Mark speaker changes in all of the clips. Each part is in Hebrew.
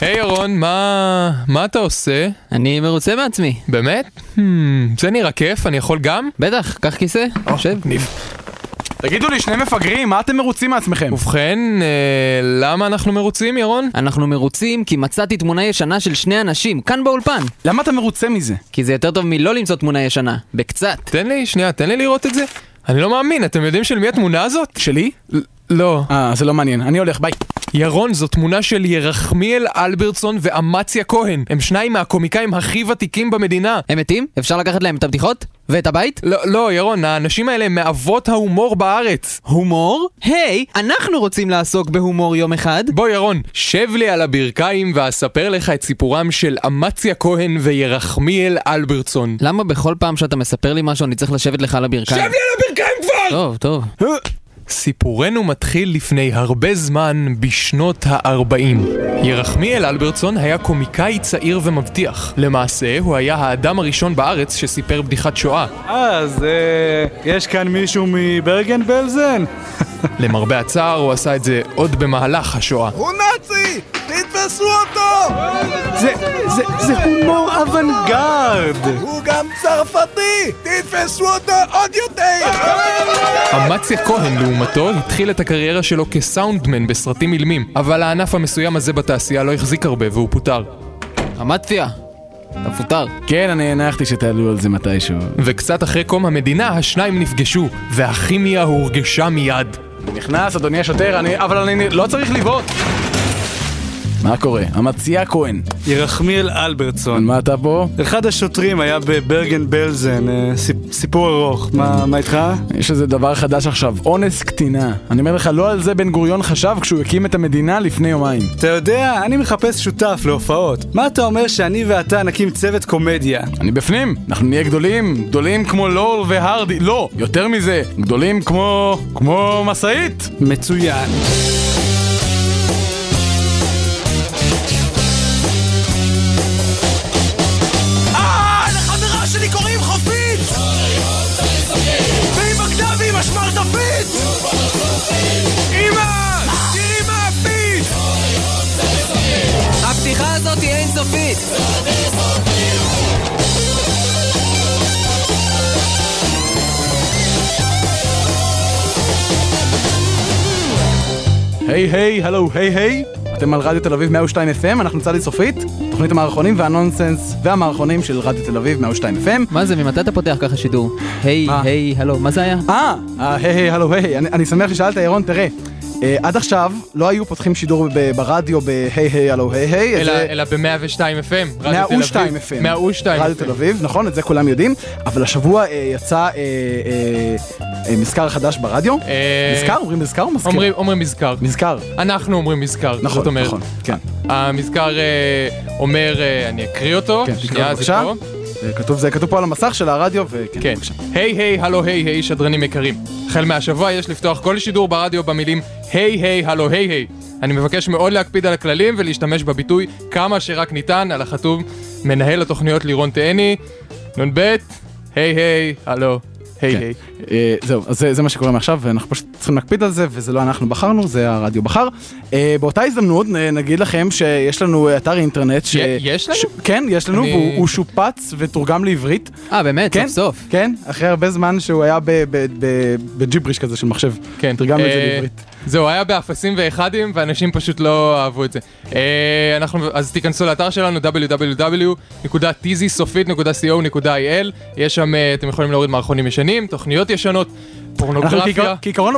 Speaker 1: היי ירון, מה, מה אתה עושה?
Speaker 2: אני מרוצה מעצמי.
Speaker 1: באמת? Hmm, זה נראה כיף, אני יכול גם?
Speaker 2: בטח, קח כיסא, שב.
Speaker 3: תגידו לי, שני מפגרים, מה אתם מרוצים מעצמכם?
Speaker 1: ובכן, אה, למה אנחנו מרוצים ירון?
Speaker 2: אנחנו מרוצים כי מצאתי תמונה ישנה של שני אנשים, כאן באולפן.
Speaker 3: למה אתה מרוצה מזה?
Speaker 2: כי זה יותר טוב מלא למצוא תמונה ישנה, בקצת.
Speaker 1: תן לי, שנייה, תן לי לראות את זה. אני לא מאמין, אתם יודעים של מי התמונה הזאת?
Speaker 3: שלי?
Speaker 1: ל- לא.
Speaker 3: אה, זה לא מעניין. אני הולך, ביי.
Speaker 1: ירון, זו תמונה של ירחמיאל אלברטסון ואמציה כהן. הם שניים מהקומיקאים הכי ותיקים במדינה.
Speaker 2: הם מתים? אפשר לקחת להם את הבדיחות? ואת הבית?
Speaker 1: לא, לא, ירון, האנשים האלה הם מאבות ההומור בארץ.
Speaker 2: הומור? היי, אנחנו רוצים לעסוק בהומור יום אחד.
Speaker 1: בוא ירון, שב לי על הברכיים ואספר לך את סיפורם של אמציה כהן וירחמיאל אלברטסון.
Speaker 2: למה בכל פעם שאתה מספר לי משהו אני צריך לשבת לך על הברכיים?
Speaker 1: על הברכיים כבר!
Speaker 2: טוב, טוב.
Speaker 1: אה! סיפורנו מתחיל לפני הרבה זמן, בשנות ה-40. ירחמיאל אלברטסון היה קומיקאי צעיר ומבטיח. למעשה, הוא היה האדם הראשון בארץ שסיפר בדיחת שואה.
Speaker 4: אז אה, יש כאן מישהו מברגן בלזן?
Speaker 1: למרבה הצער, הוא עשה את זה עוד במהלך השואה.
Speaker 5: הוא נאצי! תתפסו אותו!
Speaker 4: זה, זה, זה הומור אוונגרד!
Speaker 5: הוא גם צרפתי! תתפסו אותו עוד יותר!
Speaker 1: אמציה כהן, לעומתו, התחיל את הקריירה שלו כסאונדמן בסרטים אילמים, אבל הענף המסוים הזה בתעשייה לא החזיק הרבה והוא פוטר.
Speaker 2: אמציה, אתה מפוטר.
Speaker 3: כן, אני הנחתי שתעלו על זה מתישהו.
Speaker 1: וקצת אחרי קום המדינה, השניים נפגשו, והכימיה הורגשה מיד.
Speaker 3: נכנס, אדוני השוטר, אני... אבל אני לא צריך לבעוט! מה קורה? המציעה כהן.
Speaker 4: ירחמיאל אלברטסון.
Speaker 3: מה אתה פה?
Speaker 4: אחד השוטרים היה בברגן בלזן, אה, סיפ- סיפור ארוך. מה מה איתך?
Speaker 3: יש איזה דבר חדש עכשיו, אונס קטינה. אני אומר לך, לא על זה בן גוריון חשב כשהוא הקים את המדינה לפני יומיים.
Speaker 4: אתה יודע, אני מחפש שותף להופעות. מה אתה אומר שאני ואתה נקים צוות קומדיה?
Speaker 3: אני בפנים, אנחנו נהיה גדולים, גדולים כמו לול והרדי, לא, יותר מזה, גדולים כמו... כמו משאית!
Speaker 4: מצוין.
Speaker 5: אה, לחברה שלי קוראים חופית! והיא בגדה והיא משמרטפית! אמא! תראי מה הפית!
Speaker 2: הפתיחה הזאת היא אינסופית!
Speaker 3: היי היי, הלו, היי היי. אתם על רדיו תל אביב 102 FM, אנחנו צדי סופית, תוכנית המערכונים והנונסנס והמערכונים של רדיו תל אביב 102 FM.
Speaker 2: מה זה, ממתי אתה פותח ככה שידור? היי,
Speaker 3: מה?
Speaker 2: היי, הלו, מה זה היה?
Speaker 3: אה, אה, היי היי, הלו, היי, אני, אני שמח ששאלת, ירון, תראה. אה, עד עכשיו לא היו פותחים שידור ב- ברדיו ב-היי היי, הלו, היי היי. את
Speaker 1: אלא,
Speaker 3: זה-
Speaker 1: אלא ב-102 FM, רדיו תל אביב.
Speaker 3: 102 FM.
Speaker 1: 102
Speaker 3: רדיו תל אביב, נכון, את זה כולם יודעים. אבל השבוע אה, יצא אה, אה, אה, מזכר חדש ברדיו.
Speaker 1: אה,
Speaker 3: מזכר? אומרים מזכר או מזכר?
Speaker 1: אומרים, אומרים מזכר.
Speaker 3: מזכר.
Speaker 1: אנחנו אומרים מזכר, זאת
Speaker 3: כן. נכון,
Speaker 1: אומרת.
Speaker 3: נכון, כן.
Speaker 1: המזכר אה, אומר, אה, אני אקריא אותו,
Speaker 3: כן, תקרא
Speaker 1: שנייה, זה
Speaker 3: בבקשה.
Speaker 1: פה.
Speaker 3: זה כתוב- זה כתוב פה על המסך של הרדיו, וכן,
Speaker 1: כן.
Speaker 3: בבקשה.
Speaker 1: היי היי, הלו היי היי, שדרנים יקרים. החל מהשבוע יש לפתוח כל שידור ברדיו במילים היי היי, הלו היי היי. אני מבקש מאוד להקפיד על הכללים ולהשתמש בביטוי כמה שרק ניתן, על החתום מנהל התוכניות לירון תהני, נ"ב, היי היי, הלו, היי
Speaker 3: כן.
Speaker 1: היי.
Speaker 3: אה, זהו, אז זה- זה מה שקורה מעכשיו, ואנחנו פשוט צריכים להקפיד על זה, וזה לא אנחנו בחרנו, זה הרדיו בחר. אה, באותה הזדמנות אה, נגיד לכם שיש לנו אה, אתר אינטרנט ש...
Speaker 1: י- יש לנו?
Speaker 3: ש- כן, יש לנו,
Speaker 1: אני-
Speaker 3: והוא הוא שופץ ותורגם לעברית.
Speaker 2: אה, באמת,
Speaker 3: כן,
Speaker 2: סוף סוף.
Speaker 3: כן, אחרי הרבה זמן שהוא היה ב- ב- ב- בג'יבריש כזה של מחשב.
Speaker 1: כן.
Speaker 3: תרגמנו את זה
Speaker 1: אה,
Speaker 3: לעברית.
Speaker 1: זהו, היה באפסים ואחדים, ואנשים פשוט לא אהבו את זה. אה, אנחנו, אז תיכנסו לאתר שלנו, www.tzysופית.co.il, יש שם, אה, אתם יכולים להוריד מערכונים ישנים, תוכניות ישנות,
Speaker 3: אנחנו
Speaker 1: פורנוגרפיה.
Speaker 3: כעיקרון- כעיקרון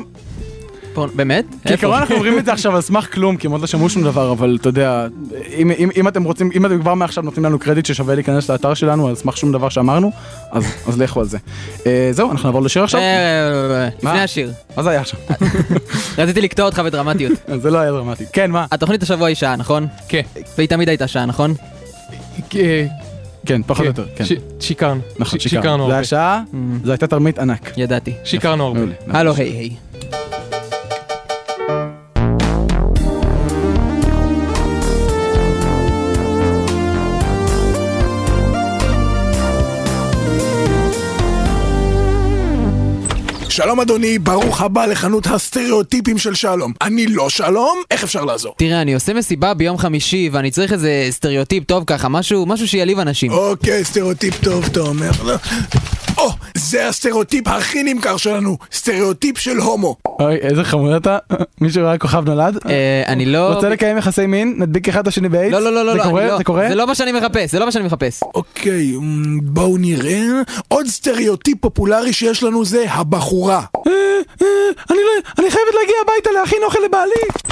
Speaker 2: פה- באמת?
Speaker 3: כעיקרון
Speaker 2: איפה?
Speaker 3: אנחנו אומרים את זה עכשיו על סמך כלום, כי הם עוד לא שמעו שום דבר, אבל אתה יודע, אם- אם אם אתם רוצים, אם אתם כבר מעכשיו נותנים לנו קרדיט ששווה להיכנס לאתר שלנו על סמך שום דבר שאמרנו, אז אז לכו על זה. אה, זהו, אנחנו נעבור לשיר עכשיו.
Speaker 2: אה, לפני
Speaker 3: מה?
Speaker 2: השיר.
Speaker 3: מה זה היה עכשיו?
Speaker 2: רציתי לקטוע אותך בדרמטיות.
Speaker 1: אה,
Speaker 3: זה לא היה דרמטי. כן, מה?
Speaker 2: התוכנית השבוע היא שעה, נכון?
Speaker 1: כן.
Speaker 2: והיא תמיד הייתה שעה, נכון?
Speaker 1: אה,
Speaker 3: כן, פחות או יותר,
Speaker 1: כן.
Speaker 3: כן.
Speaker 1: ש- שיקרנו.
Speaker 3: נכון,
Speaker 1: ש-
Speaker 3: שיקרנו. זה
Speaker 1: הרבה. אה,
Speaker 3: היה שעה, זו הייתה תרמית ענק.
Speaker 2: ידעתי.
Speaker 1: שיקרנו הרבה.
Speaker 3: מעולה. נכון.
Speaker 2: הלו, היי, היי.
Speaker 5: שלום אדוני, ברוך הבא לחנות הסטריאוטיפים של שלום. אני לא שלום, איך אפשר לעזור?
Speaker 2: תראה, אני עושה מסיבה ביום חמישי, ואני צריך איזה סטריאוטיפ טוב ככה, משהו, משהו שיעליב אנשים.
Speaker 5: אוקיי, סטריאוטיפ טוב, אתה אומר. לא. או, זה הסטריאוטיפ הכי נמכר שלנו, סטריאוטיפ של הומו.
Speaker 1: אה,
Speaker 6: אוי, איזה חמוד אתה. מישהו ראה כוכב נולד?
Speaker 2: אה, אני לא...
Speaker 6: רוצה לקיים יחסי מין? נדביק אחד את השני באיידס?
Speaker 2: לא, לא, לא, לא,
Speaker 6: זה
Speaker 2: לא,
Speaker 6: קורה?
Speaker 2: אני לא.
Speaker 6: זה קורה?
Speaker 2: זה לא מה שאני מחפש, זה לא מה שאני מחפש.
Speaker 5: אוקיי, אמ, בואו נראה. עוד סטריאוטיפ פופולרי שיש לנו זה הבחורה.
Speaker 6: אה, אני לא... אני חייבת להגיע הביתה להכין אוכל לבעלי!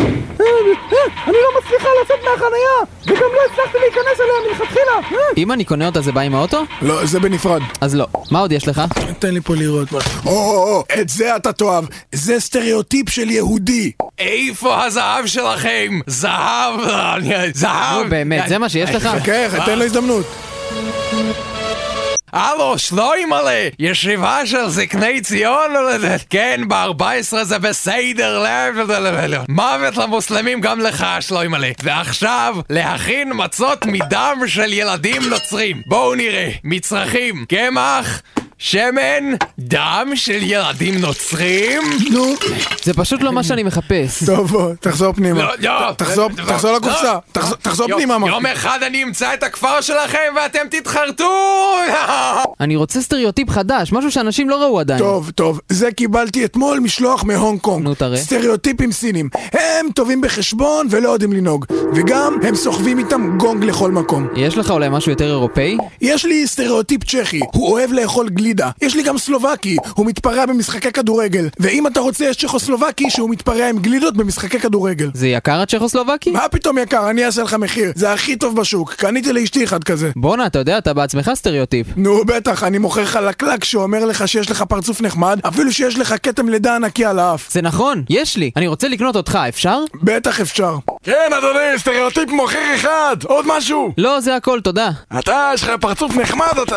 Speaker 6: אה, אה, אני לא מצליחה לצאת מהחנייה! וגם לא הצלחתי להיכנס אליה מלכתחילה! אה,
Speaker 2: אם אני קונה אותה זה בא עם האוטו?
Speaker 5: לא, זה בנפרד.
Speaker 2: אז לא. מה עוד יש לך?
Speaker 5: תן לי פה לראות. מה- או, או, או, את זה אתה תאהב. זה סטריאוטיפ של יהודי.
Speaker 1: איפה הזהב שלכם? זהב! זהב!
Speaker 6: אה,
Speaker 2: נו באמת, זה מה שיש לך?
Speaker 5: חכה, חכה, כן, תן לו הזדמנות.
Speaker 1: הלו, שלוימלה, ישיבה של זקני ציון, כן, ב-14 זה בסדר, לא, לא, לא, לא. מוות למוסלמים גם לך, שלוימלה. ועכשיו, להכין מצות מדם של ילדים נוצרים. בואו נראה, מצרכים, קמח, שמן, דם של ילדים נוצרים.
Speaker 5: נו,
Speaker 2: זה פשוט לא מה שאני מחפש.
Speaker 5: טוב, בוא, תחזור פנימה.
Speaker 1: לא, לא.
Speaker 5: תחזור-
Speaker 1: לא.
Speaker 5: תחזור לקופסה.
Speaker 1: לא.
Speaker 5: תחזור- תחזור
Speaker 1: יום-
Speaker 5: פנימה, אמרתי.
Speaker 1: יום אחד אני אמצא את הכפר שלכם ואתם תתחרטו!
Speaker 2: אני רוצה סטריאוטיפ חדש, משהו שאנשים לא ראו עדיין.
Speaker 5: טוב, טוב, זה קיבלתי אתמול משלוח מהונג קונג.
Speaker 2: נו, תראה.
Speaker 5: סטריאוטיפים סינים. הם טובים בחשבון ולא יודעים לנהוג. וגם, הם סוחבים איתם גונג לכל מקום.
Speaker 2: יש לך אולי משהו יותר אירופאי?
Speaker 5: יש לי סטריאוטיפ צ'כי, הוא אוהב לאכול גלידה. יש לי גם סלובקי, הוא מתפרע במשחקי כדורגל. ואם אתה רוצה, יש צ'כוסלובקי שהוא מתפרע עם גלידות במשחקי כדורגל.
Speaker 2: זה יקר הצ'כוסלובקי?
Speaker 5: מה פתאום יקר, אני אעשה לך מחיר. זה הכי טוב בשוק, קניתי לאשתי אחד כזה.
Speaker 2: בואנה, אתה יודע, אתה בעצמך סטריאוטיפ.
Speaker 5: נו בטח, אני מוכר חלקלק שאומר לך שיש לך פרצוף נחמד, אפילו שיש לך כתם לידה ענקי על האף.
Speaker 2: זה נכון, יש לי. אני רוצה לקנות אותך, אפשר?
Speaker 5: בטח אפשר.
Speaker 7: כן, אדוני, סטריאוטיפ מוכר אחד! עוד משהו!
Speaker 2: לא, זה הכל, תודה.
Speaker 7: אתה, יש לך פרצוף נחמד אתה!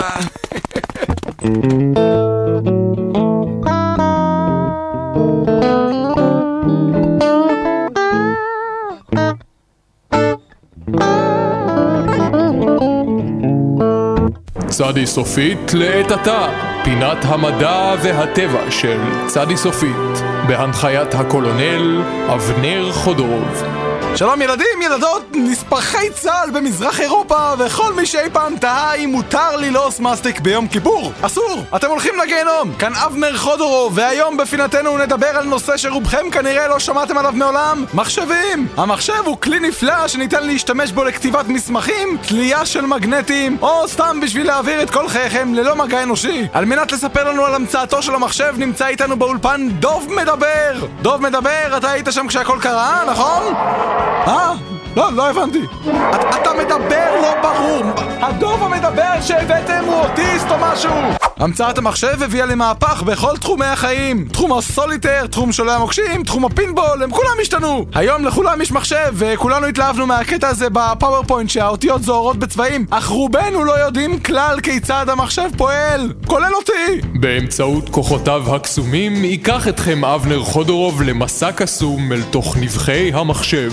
Speaker 1: צדי סופית לעת עתה, פינת המדע והטבע של צדי סופית, בהנחיית הקולונל אבנר חודורוב.
Speaker 3: שלום ילדים, ילדות, נספחי צה"ל במזרח אירופה וכל מי שאי פעם תהה אם מותר ללעוס מסטיק ביום כיפור. אסור! אתם הולכים לגיהנום! כאן אבנר חודורוב, והיום בפינתנו נדבר על נושא שרובכם כנראה לא שמעתם עליו מעולם מחשבים! המחשב הוא כלי נפלא שניתן להשתמש בו לכתיבת מסמכים, תלייה של מגנטים, או סתם בשביל להעביר את כל חייכם ללא מגע אנושי. על מנת לספר לנו על המצאתו של המחשב נמצא איתנו באולפן דוב מדבר! דוב מדבר, אתה היית שם כשהכל קרה, נכון? אה? לא, לא הבנתי. את- אתה מדבר לא ברור. הדוב המדבר שהבאתם הוא אוטיסט או משהו! המצאת המחשב הביאה למהפך בכל תחומי החיים. תחום הסוליטר, תחום שולי המוקשים, תחום הפינבול, הם כולם השתנו! היום לכולם יש מחשב, וכולנו התלהבנו מהקטע הזה בפאורפוינט שהאותיות זוהרות בצבעים, אך רובנו לא יודעים כלל כיצד המחשב פועל, כולל אותי!
Speaker 1: באמצעות כוחותיו הקסומים, ייקח אתכם אבנר חודורוב למסע קסום אל תוך נבחי המחשב.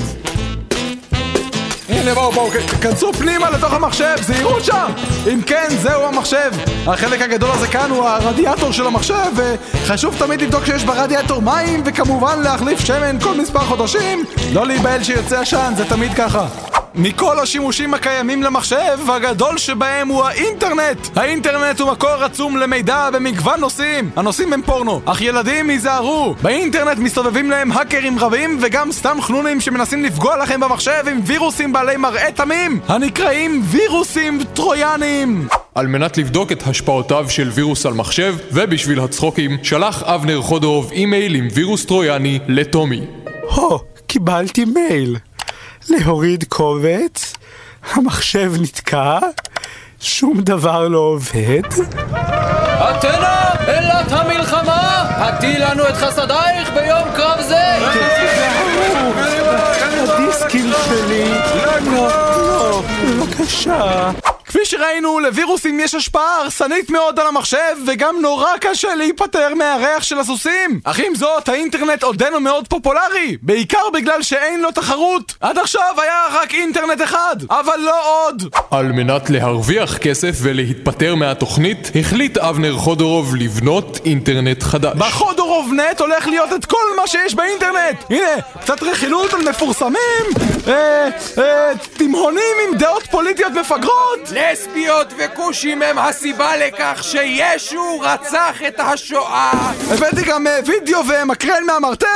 Speaker 3: הנה בואו בואו, כ- כנסו פנימה לתוך המחשב, זהירות שם! אם כן, זהו המחשב. החלק הגדול הזה כאן הוא הרדיאטור של המחשב, וחשוב תמיד לבדוק שיש ברדיאטור מים, וכמובן להחליף שמן כל מספר חודשים. לא להיבהל שיוצא עשן, זה תמיד ככה. מכל השימושים הקיימים למחשב, הגדול שבהם הוא האינטרנט! האינטרנט הוא מקור עצום למידע במגוון נושאים! הנושאים הם פורנו, אך ילדים היזהרו! באינטרנט מסתובבים להם האקרים רבים, וגם סתם חנונים שמנסים לפגוע לכם במחשב עם וירוסים בעלי מראה תמים, הנקראים וירוסים טרויאנים!
Speaker 1: על מנת לבדוק את השפעותיו של וירוס על מחשב, ובשביל הצחוקים, שלח אבנר חודורוב אימייל עם וירוס טרויאני לטומי.
Speaker 8: הו, קיבלתי מייל. להוריד קובץ, המחשב נתקע, שום דבר לא עובד.
Speaker 2: אתנה, אלת המלחמה! הטי לנו את חסדייך ביום קרב זה!
Speaker 8: הדיסקים שלי, לא, לא, בבקשה.
Speaker 4: כפי שראינו, לווירוסים יש השפעה הרסנית מאוד על המחשב, וגם נורא קשה להיפטר מהריח של הסוסים! אך עם זאת, האינטרנט עודנו מאוד פופולרי, בעיקר בגלל שאין לו תחרות! עד עכשיו היה רק אינטרנט אחד, אבל לא עוד!
Speaker 1: על מנת להרוויח כסף ולהתפטר מהתוכנית, החליט אבנר חודורוב לבנות אינטרנט חדש.
Speaker 4: בחודורוב נט הולך להיות את כל מה שיש באינטרנט! הנה, קצת רכילות על מפורסמים, אה, אה, תימהונים עם דעות פוליטיות מפגרות!
Speaker 2: לסביות וכושים הם הסיבה לכך שישו רצח את השואה.
Speaker 4: הבאתי גם אה, וידאו ומקרן מהמרתף,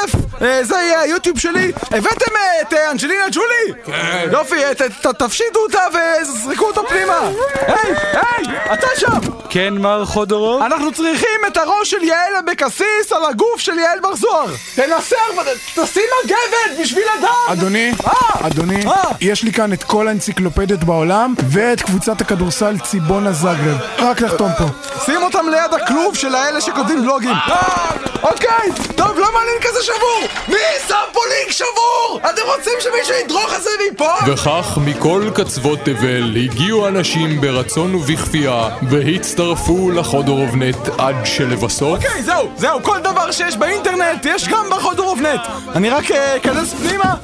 Speaker 4: אה, זה יהיה היוטיוב שלי. הבאתם אה, את אה, אנג'לינה ג'ולי? כן. יופי, אה, ת- ת- תפשיטו אותה וזרקו אותה פנימה. היי, היי, אתה שם!
Speaker 8: כן, מר חודורוב?
Speaker 4: אנחנו צריכים את הראש של יעל אבקסיס על הגוף של יעל בר זוהר. תנסה, תשים מגבת בשביל הדם!
Speaker 5: אדוני,
Speaker 4: אה!
Speaker 5: אדוני,
Speaker 4: אה!
Speaker 5: יש לי כאן את כל האנציקלופדיות בעולם ואת קבוצת הכדורסל ציבונה זאגרב. רק לחתום פה. אה!
Speaker 4: שים אותם ליד הכלוב של האלה שכותבים בלוגים. אוקיי, טוב, לא מעניין כזה שבור! מי שם פה לינק שבור? אתם רוצים שמישהו ידרוך על זה מפה?
Speaker 1: וכך מכל קצוות תבל הגיעו אנשים ברצון ובכפייה והצטרפו לחודורובנט עד שלבסוף
Speaker 4: אוקיי, זהו, זהו, כל דבר שיש באינטרנט יש גם בחודרובנט. אני רק אה, אכנס פנימה?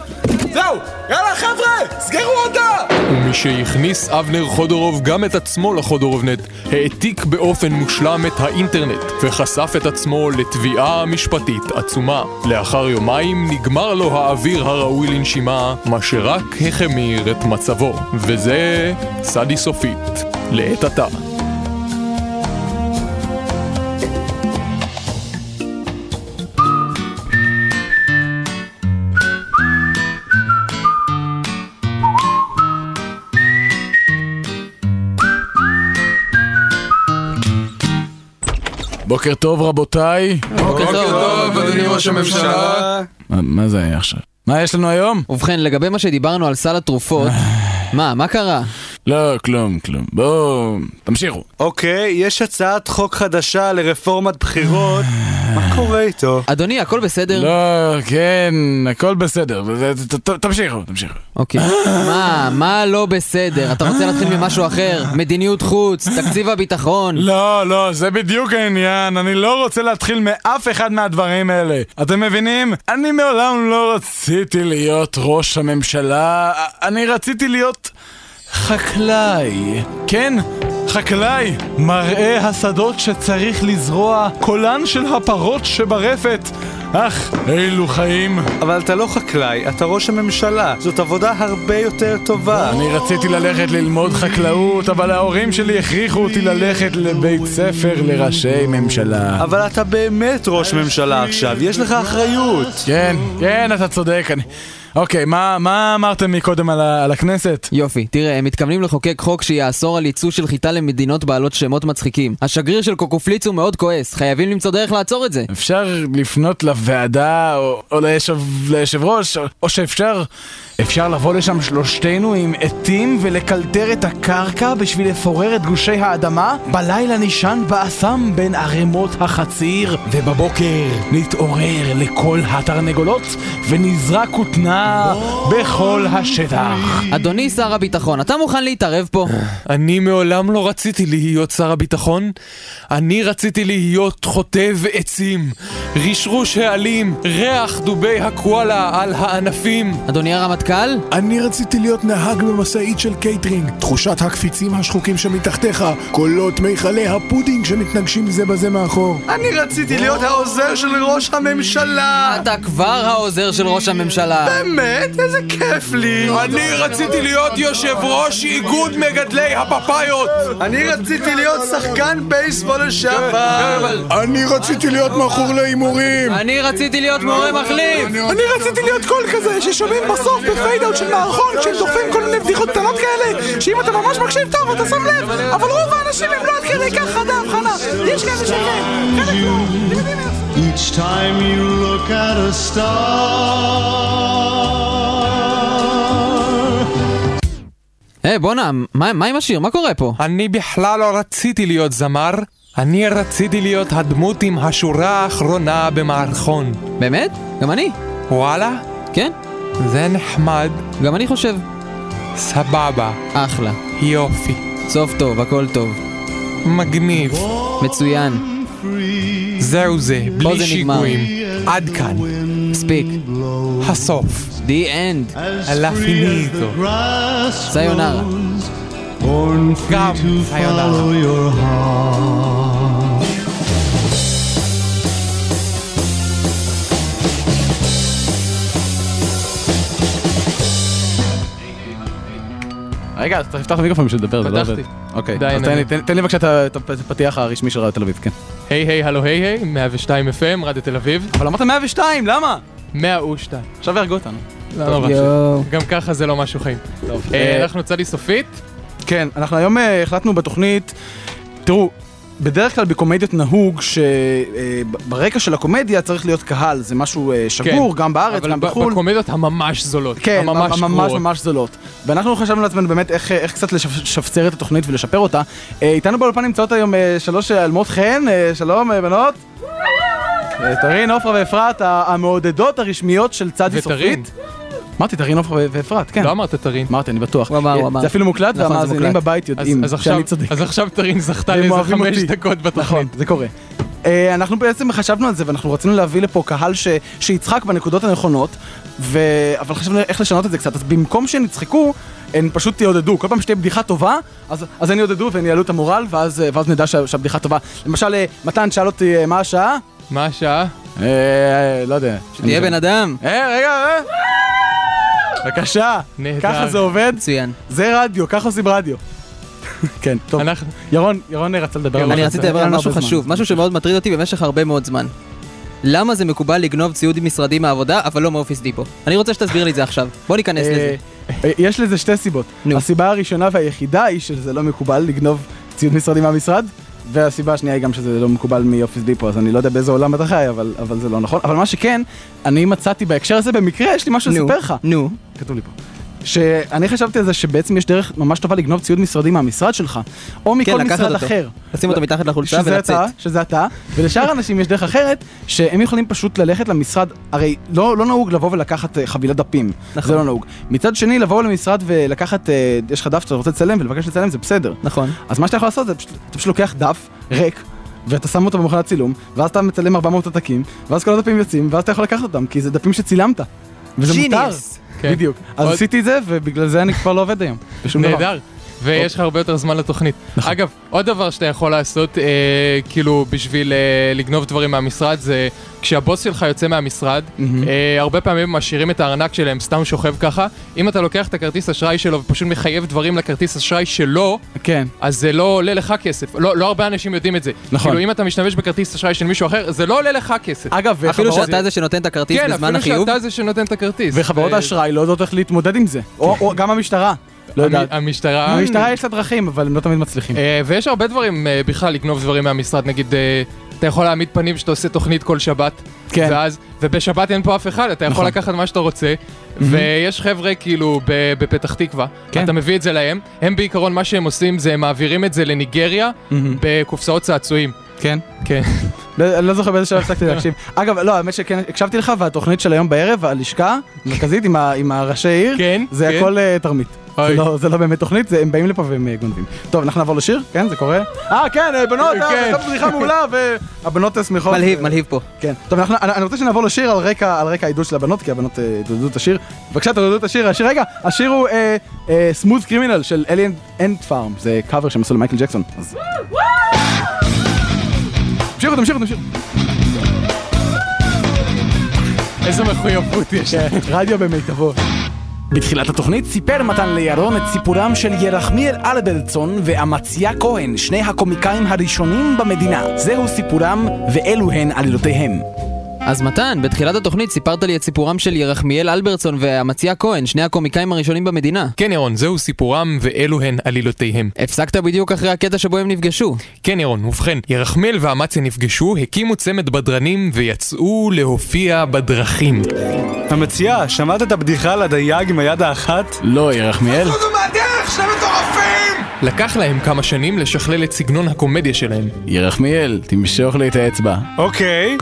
Speaker 4: זהו, יאללה חבר'ה, סגרו אותה!
Speaker 1: ומשהכניס אבנר חודורוב גם את עצמו לחודורובנט העתיק באופן מושלם את האינטרנט וחשף את עצמו לתביעה משפטית עצומה. לאחר יומיים נגמר לו האוויר הראוי לנשימה מה שרק החמיר את מצבו וזה צדי סופית לעת עתה.
Speaker 3: בוקר טוב רבותיי.
Speaker 2: בוקר טוב, אדוני ראש הממשלה.
Speaker 3: מה- מה זה היה עכשיו? מה יש לנו היום?
Speaker 2: ובכן, לגבי מה שדיברנו על סל התרופות, מה, מה קרה?
Speaker 3: לא, כלום, כלום. בואו, תמשיכו.
Speaker 8: אוקיי, יש הצעת חוק חדשה לרפורמת בחירות. מה קורה איתו?
Speaker 2: אדוני, הכל בסדר?
Speaker 3: לא, כן, הכל בסדר. ת- ת- ת- תמשיכו, תמשיכו.
Speaker 2: אוקיי. מה, מה לא בסדר? אתה רוצה להתחיל ממשהו אחר? מדיניות חוץ, תקציב הביטחון.
Speaker 3: לא, לא, זה בדיוק העניין. אני לא רוצה להתחיל מאף אחד מהדברים האלה. אתם מבינים? אני מעולם לא רציתי להיות ראש הממשלה. א- אני רציתי להיות חקלאי. כן, חקלאי. מראה השדות שצריך לזרוע, קולן של הפרות שברפת. אך, אילו חיים.
Speaker 8: אבל אתה לא חקלאי, אתה ראש הממשלה. זאת עבודה הרבה יותר טובה.
Speaker 3: אני רציתי ללכת ללמוד חקלאות, אבל ההורים שלי הכריחו אותי ללכת לבית ספר לראשי ממשלה.
Speaker 8: אבל אתה באמת ראש ממשלה עכשיו, יש לך אחריות.
Speaker 3: כן, כן, אתה צודק. אני... אוקיי, מה, מה אמרתם מקודם על, ה, על הכנסת?
Speaker 2: יופי, תראה, הם מתכוונים לחוקק חוק שיאסור על ייצוא של חיטה למדינות בעלות שמות מצחיקים. השגריר של קוקופליץ הוא מאוד כועס, חייבים למצוא דרך לעצור את זה.
Speaker 3: אפשר לפנות לוועדה או, או לישב, ליושב ראש, או, או שאפשר... אפשר לבוא לשם שלושתנו עם עטים ולקלטר את הקרקע בשביל לפורר את גושי האדמה? בלילה נישן באסם בין ערימות החציר, ובבוקר נתעורר לקול התרנגולות ונזרע כותנה בכל השטח.
Speaker 2: אדוני שר הביטחון, אתה מוכן להתערב פה?
Speaker 1: אני מעולם לא רציתי להיות שר הביטחון, אני רציתי להיות חוטב עצים, רשרוש העלים, ריח דובי הקואלה על הענפים.
Speaker 2: אדוני הרמטכ"ל?
Speaker 5: אני רציתי להיות נהג במשאית של קייטרינג. תחושת הקפיצים השחוקים שמתחתיך, קולות מיכלי הפודינג שמתנגשים זה בזה מאחור.
Speaker 8: אני רציתי להיות העוזר של ראש הממשלה!
Speaker 2: אתה כבר העוזר של ראש הממשלה.
Speaker 8: באמת? איזה כיף לי!
Speaker 1: אני רציתי להיות יושב ראש איגוד מגדלי הפפאיות!
Speaker 8: אני רציתי להיות שחקן בייסבול לשעבר!
Speaker 5: אני רציתי להיות
Speaker 4: לא,
Speaker 5: מכור להימורים!
Speaker 2: אני רציתי להיות מורה מחליף!
Speaker 4: אה, אני רציתי להיות קול כזה ששומעים בסוף בפיידאוט של מערכון כשהם דוחפים כל מיני בדיחות קטנות כאלה שאם אתה ממש מקשיב טוב אתה שם לב אבל רוב האנשים הם לא עד כדי כך חדה הבחנה יש כאלה שכן, חלק לא, אתם יודעים איך זה.
Speaker 9: Each time you look at a star.
Speaker 2: היי, בואנה, מה מה עם השיר? מה קורה פה?
Speaker 1: אני בכלל לא רציתי להיות זמר, אני רציתי להיות הדמות עם השורה האחרונה במערכון.
Speaker 2: באמת? גם אני.
Speaker 1: וואלה?
Speaker 2: כן,
Speaker 1: זה נחמד,
Speaker 2: גם אני חושב.
Speaker 1: סבבה,
Speaker 2: אחלה.
Speaker 1: יופי.
Speaker 2: סוף טוב, הכל טוב.
Speaker 1: מגניב.
Speaker 2: מצוין.
Speaker 1: זהו זה,
Speaker 2: פה
Speaker 1: בלי
Speaker 2: זה נגמר.
Speaker 1: שיקויים. עד כאן.
Speaker 2: מספיק.
Speaker 1: הסוף.
Speaker 2: The end.
Speaker 1: alla finito.
Speaker 2: Sayonara.
Speaker 9: Born free
Speaker 1: Gam,
Speaker 9: to
Speaker 1: sayonara.
Speaker 9: follow your heart.
Speaker 3: רגע, אז צריך לפתוח את המיקרופון בשביל לדבר, זה לא
Speaker 1: פתחתי.
Speaker 3: עובד. אוקיי,
Speaker 1: די,
Speaker 3: אז תן
Speaker 1: אני-
Speaker 3: לי- תן- תן לי בבקשה את ה- את הפתיח הרשמי של רדיו תל אביב, כן.
Speaker 1: היי היי, הלו היי היי, 102 FM, רדיו תל אביב.
Speaker 3: אבל אמרת 102, למה?
Speaker 1: 102.
Speaker 3: עכשיו יהרגו אותנו.
Speaker 1: לא נורא.
Speaker 2: יואו.
Speaker 1: גם ככה זה לא משהו חיים.
Speaker 3: טוב.
Speaker 1: אה,
Speaker 3: אה,
Speaker 1: אנחנו צדי סופית.
Speaker 3: כן, אנחנו היום אה, החלטנו בתוכנית, תראו, בדרך כלל בקומדיות נהוג שברקע של הקומדיה צריך להיות קהל, זה משהו אה, שגור, גם בארץ,
Speaker 1: כן. אבל
Speaker 3: גם
Speaker 1: ב-
Speaker 3: בחו"ל.
Speaker 1: בקומדיות הממש זולות.
Speaker 3: כן,
Speaker 1: הממש
Speaker 3: ממש ממש,
Speaker 1: גרועות.
Speaker 3: ממש זולות. ואנחנו חשבנו לעצמנו באמת איך, אה, איך קצת לשפצר את התוכנית ולשפר אותה. אה, איתנו באולפן נמצאות היום אה, שלוש אה, אלמות חן, אה, שלום אה, בנות. אה, תרין, עופרה ואפרת, ה- המעודדות הרשמיות של צדי
Speaker 1: וטרין.
Speaker 3: סופית. אמרתי, תרין, עופרה ו- ואפרת, כן.
Speaker 1: לא אמרת טרין.
Speaker 3: אמרתי, אני בטוח.
Speaker 2: הוא אמר, הוא
Speaker 3: אה,
Speaker 2: אמר.
Speaker 3: זה אפילו מוקלט,
Speaker 2: נכון, זה
Speaker 3: והמאזינים
Speaker 2: מוקלט.
Speaker 3: בבית
Speaker 1: אז-
Speaker 3: יודעים
Speaker 1: אז עכשיו-
Speaker 3: שאני צודק.
Speaker 1: אז עכשיו טרין זכתה
Speaker 3: והם
Speaker 1: לאיזה
Speaker 3: אוהבים
Speaker 1: חמש
Speaker 3: אותי.
Speaker 1: דקות
Speaker 3: נכון,
Speaker 1: בתוכנית.
Speaker 3: זה קורה. Uh, אנחנו בעצם חשבנו על זה ואנחנו רצינו להביא לפה קהל ש... שיצחק בנקודות הנכונות, ו... אבל חשבנו איך לשנות את זה קצת, אז במקום שהן יצחקו, הן פשוט יעודדו. כל פעם שתהיה בדיחה טובה, אז, אז הן יעודדו והן יעלו את המורל, ואז, ואז נדע שה... שהבדיחה טובה. למשל, אה, מתן שאל אותי אה, מה השעה?
Speaker 1: מה השעה?
Speaker 3: אה, אה, לא יודע.
Speaker 2: תהיה בן אדם.
Speaker 3: אה, רגע, אה. בבקשה.
Speaker 1: נהדר.
Speaker 3: ככה זה עובד,
Speaker 2: מצוין.
Speaker 3: זה רדיו, ככה עושים רדיו. כן, טוב.
Speaker 1: אנחנו-
Speaker 3: ירון, ירון רצה לדבר על
Speaker 2: אני
Speaker 3: משהו.
Speaker 2: רציתי לדבר
Speaker 3: אין
Speaker 2: על
Speaker 3: לנו
Speaker 2: משהו
Speaker 3: הרבה זמן.
Speaker 2: חשוב, משהו שמאוד מטריד אותי במשך הרבה מאוד זמן. למה זה מקובל לגנוב ציוד משרדי מהעבודה, אבל לא מאופיס דיפו? אני רוצה שתסביר לי את זה עכשיו. בוא ניכנס לזה.
Speaker 3: אה, יש לזה שתי סיבות.
Speaker 2: נו.
Speaker 3: הסיבה הראשונה והיחידה היא שזה לא מקובל לגנוב ציוד משרדי מהמשרד, והסיבה השנייה היא גם שזה לא מקובל מאופיס דיפו, אז אני לא יודע באיזה עולם אתה חי, אבל, אבל זה לא נכון. אבל מה שכן, אני מצאתי בהקשר הזה, במקרה יש לי משהו
Speaker 2: נו,
Speaker 3: לספר לך.
Speaker 2: נו.
Speaker 3: כתוב לי פה. שאני חשבתי על זה שבעצם יש דרך ממש טובה לגנוב ציוד משרדי מהמשרד שלך, או מכל
Speaker 2: כן, לקחת
Speaker 3: משרד
Speaker 2: אותו.
Speaker 3: אחר.
Speaker 2: לשים אותו מתחת לחולצה
Speaker 3: שזה
Speaker 2: ולצאת.
Speaker 3: אתה, שזה אתה, ולשאר האנשים יש דרך אחרת, שהם יכולים פשוט ללכת למשרד, הרי לא, לא נהוג לבוא ולקחת אה, חבילת דפים,
Speaker 2: נכון.
Speaker 3: זה לא נהוג. מצד שני, לבוא למשרד ולקחת, אה, יש לך דף שאתה רוצה לצלם ולבקש לצלם, זה בסדר.
Speaker 2: נכון.
Speaker 3: אז מה שאתה יכול לעשות זה פשוט, אתה פשוט לוקח דף ריק. ואתה שם אותו במכונת צילום, ואז אתה מצלם 400 עותקים, ואז כל הדפים יוצאים, ואז אתה יכול לקחת אותם, כי זה דפים שצילמת. וזה מותר.
Speaker 2: Genius.
Speaker 1: כן.
Speaker 3: בדיוק. אז
Speaker 1: עוד-
Speaker 3: עשיתי את זה, ובגלל זה אני כבר לא עובד היום. בשום דבר. אוקיי. נכון.
Speaker 1: נהדר. ויש לך הרבה יותר זמן לתוכנית. אגב, עוד דבר שאתה יכול לעשות, אה, כאילו, בשביל אה, לגנוב דברים מהמשרד, זה כשהבוס שלך יוצא מהמשרד, אה, הרבה פעמים הם משאירים את הארנק שלהם סתם שוכב ככה. אם אתה לוקח את הכרטיס אשראי שלו ופשוט מחייב דברים לכרטיס אשראי שלו,
Speaker 3: כן.
Speaker 1: אז זה לא עולה לך כסף. לא, לא הרבה אנשים יודעים את זה.
Speaker 3: נכון. אה,
Speaker 1: כאילו, אם אתה משתמש בכרטיס אשראי של מישהו אחר, זה לא עולה לך כסף.
Speaker 3: אגב,
Speaker 2: אפילו
Speaker 3: חברות-
Speaker 2: שאתה זה שנותן את הכרטיס
Speaker 1: כן,
Speaker 2: בזמן
Speaker 1: אפילו
Speaker 2: החיוב.
Speaker 1: שאתה זה שנותן את הכרטיס.
Speaker 3: וחברות
Speaker 1: אה, כן.
Speaker 3: האשראי לא יודעות איך להתמודד עם זה. או או גם המשטרה. לא
Speaker 1: המ-
Speaker 3: יודעת.
Speaker 1: המשטרה...
Speaker 3: המשטרה יש לה דרכים, אבל הם לא תמיד מצליחים.
Speaker 1: אה, ויש הרבה דברים אה, בכלל לגנוב דברים מהמשרד, נגיד אה, אתה יכול להעמיד פנים שאתה עושה תוכנית כל שבת,
Speaker 3: כן.
Speaker 1: ואז, ובשבת אין פה אף אחד, אתה יכול
Speaker 3: נכון. Mm-hmm.
Speaker 1: לקחת מה שאתה רוצה, ויש חבר'ה כאילו ב- בפתח תקווה,
Speaker 3: כן.
Speaker 1: אתה מביא את זה להם, הם בעיקרון מה שהם עושים זה הם מעבירים את זה לניגריה
Speaker 3: Mm-hmm.
Speaker 1: בקופסאות צעצועים.
Speaker 3: כן.
Speaker 1: כן.
Speaker 3: לא- אני לא זוכר באיזה שלב הפסקתי להקשיב. אגב, לא, האמת שכן, הקשבתי לך, והתוכנית של היום בערב, הלשכה המרכזית עם ה- עם הראשי עיר,
Speaker 1: כן,
Speaker 3: זה
Speaker 1: כן.
Speaker 3: הכל אה, תרמית. זה
Speaker 1: אוי.
Speaker 3: לא- זה לא באמת תוכנית, זה- הם באים לפה והם אה, גונבים. טוב, אנחנו נעבור לשיר? כן, זה קורה? אה, כן, אה, בנות,
Speaker 1: כן.
Speaker 3: אה, זאת בדיחה מעולה, והבנות אה, שמחות.
Speaker 2: מלהיב,
Speaker 3: אה,
Speaker 2: מלהיב פה.
Speaker 3: כן. טוב, אנחנו, אני, אני רוצה שנעבור לשיר על רקע, על רקע העידוד של הבנות, כי הבנות אה, עודדו את השיר. בבקשה, תעודדו את השיר. השיר, רגע, השיר הוא אה, סמוט קרימינל של אלי אנד פארם. זה קאבר שהם עשו למייקל ג'קסון. אז... תמשיכו, תמשיכו, תמשיכו.
Speaker 1: איזה מחויבות יש.
Speaker 3: רדיו במיטבו. בתחילת התוכנית סיפר מתן לירון את סיפורם של ירחמיאל אלברטסון ואמציה כהן, שני הקומיקאים הראשונים במדינה. זהו סיפורם, ואלו הן עלילותיהם.
Speaker 2: אז מתן, בתחילת התוכנית סיפרת לי את סיפורם של ירחמיאל אלברטסון והמציע כהן, שני הקומיקאים הראשונים במדינה.
Speaker 1: כן ירון, זהו סיפורם ואלו הן עלילותיהם.
Speaker 2: הפסקת בדיוק אחרי הקטע שבו הם נפגשו.
Speaker 1: כן ירון, ובכן, ירחמיאל ואמציה נפגשו, הקימו צמד בדרנים ויצאו להופיע בדרכים.
Speaker 8: המציעה, שמעת את הבדיחה על הדייג עם היד האחת?
Speaker 3: לא, ירחמיאל.
Speaker 1: לקח להם כמה שנים לשכלל את סגנון הקומדיה שלהם.
Speaker 3: ירחמיאל, תמשוך לי את האצבע.
Speaker 8: אוקיי.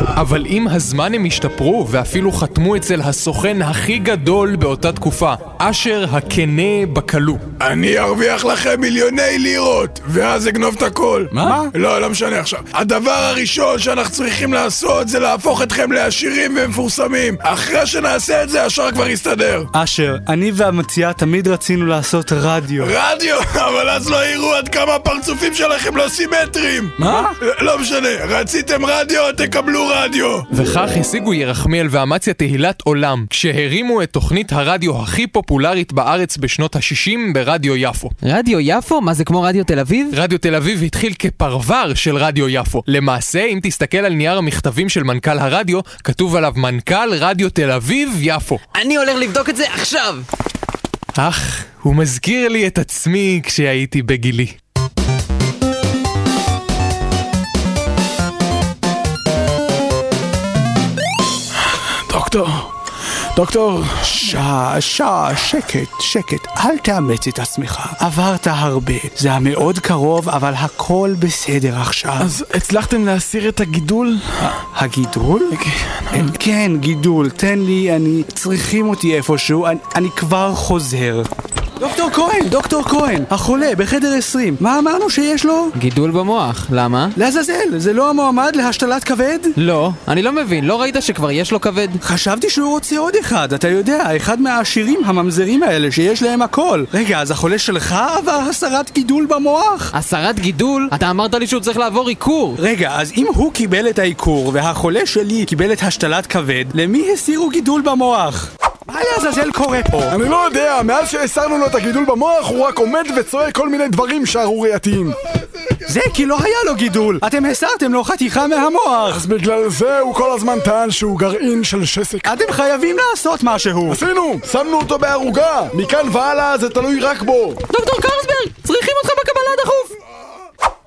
Speaker 1: אבל עם הזמן הם השתפרו, ואפילו חתמו אצל הסוכן הכי גדול באותה תקופה, אשר הקנה בכלוא.
Speaker 10: אני ארוויח לכם מיליוני לירות, ואז אגנוב את הכל.
Speaker 1: מה?
Speaker 10: לא, לא משנה עכשיו. הדבר הראשון שאנחנו צריכים לעשות זה להפוך אתכם לעשירים ומפורסמים. אחרי שנעשה את זה, השאר כבר יסתדר.
Speaker 8: אשר, אני והמציעה תמיד רצינו לעשות רדיו.
Speaker 10: רדיו, אבל אז לא יראו עד כמה הפרצופים שלכם לא סימטריים.
Speaker 1: מה?
Speaker 10: לא- לא משנה, רציתם רדיו, תקבלו רדיו.
Speaker 1: וכך השיגו ירחמיאל ואמציה תהילת עולם, כשהרימו את תוכנית הרדיו הכי פופולרית בארץ בשנות ה-60 ברדיו יפו.
Speaker 2: רדיו יפו? מה זה כמו רדיו תל אביב?
Speaker 1: רדיו תל אביב התחיל כפרבר של רדיו יפו. למעשה, אם תסתכל על נייר המכתבים של מנכ"ל הרדיו, כתוב עליו מנכ"ל רדיו תל אביב-יפו.
Speaker 2: אני הולך לבדוק את זה עכשיו!
Speaker 1: אך, הוא מזכיר לי את עצמי כשהייתי בגילי.
Speaker 5: דוקטור, דוקטור,
Speaker 8: שעה, שעה, שקט, שקט. אל תאמץ את עצמך. עברת הרבה. זה היה מאוד קרוב, אבל הכל בסדר עכשיו.
Speaker 3: אז הצלחתם להסיר את הגידול?
Speaker 8: הגידול? כן, גידול. תן לי, אני... צריכים אותי איפשהו. אני- אני כבר חוזר. דוקטור כהן, דוקטור כהן, החולה בחדר 20. מה אמרנו שיש לו?
Speaker 2: גידול במוח, למה?
Speaker 8: לעזאזל, זה לא המועמד להשתלת כבד?
Speaker 2: לא, אני לא מבין, לא ראית שכבר יש לו כבד?
Speaker 8: חשבתי שהוא רוצה עוד אחד, אתה יודע, אחד מהעשירים הממזרים האלה שיש להם הכל. רגע, אז החולה שלך עבר הסרת גידול במוח?
Speaker 2: הסרת גידול? אתה אמרת לי שהוא צריך לעבור עיקור!
Speaker 8: רגע, אז אם הוא קיבל את העיקור והחולה שלי קיבל את השתלת כבד, למי הסירו גידול במוח? מה לעזאזל קורה פה?
Speaker 10: אני לא יודע, מאז שהסרנו לו את הגידול במוח, הוא רק עומד וצועק כל מיני דברים שערורייתיים.
Speaker 8: זה כי לא היה לו גידול! אתם הסרתם לו חתיכה מהמוח!
Speaker 10: אז בגלל זה הוא כל הזמן טען שהוא גרעין של שסק.
Speaker 8: אתם חייבים לעשות משהו!
Speaker 10: עשינו! שמנו אותו בערוגה! מכאן והלאה זה תלוי רק בו!
Speaker 2: דוקטור קרסברג! צריכים אותך בקבלה דחוף!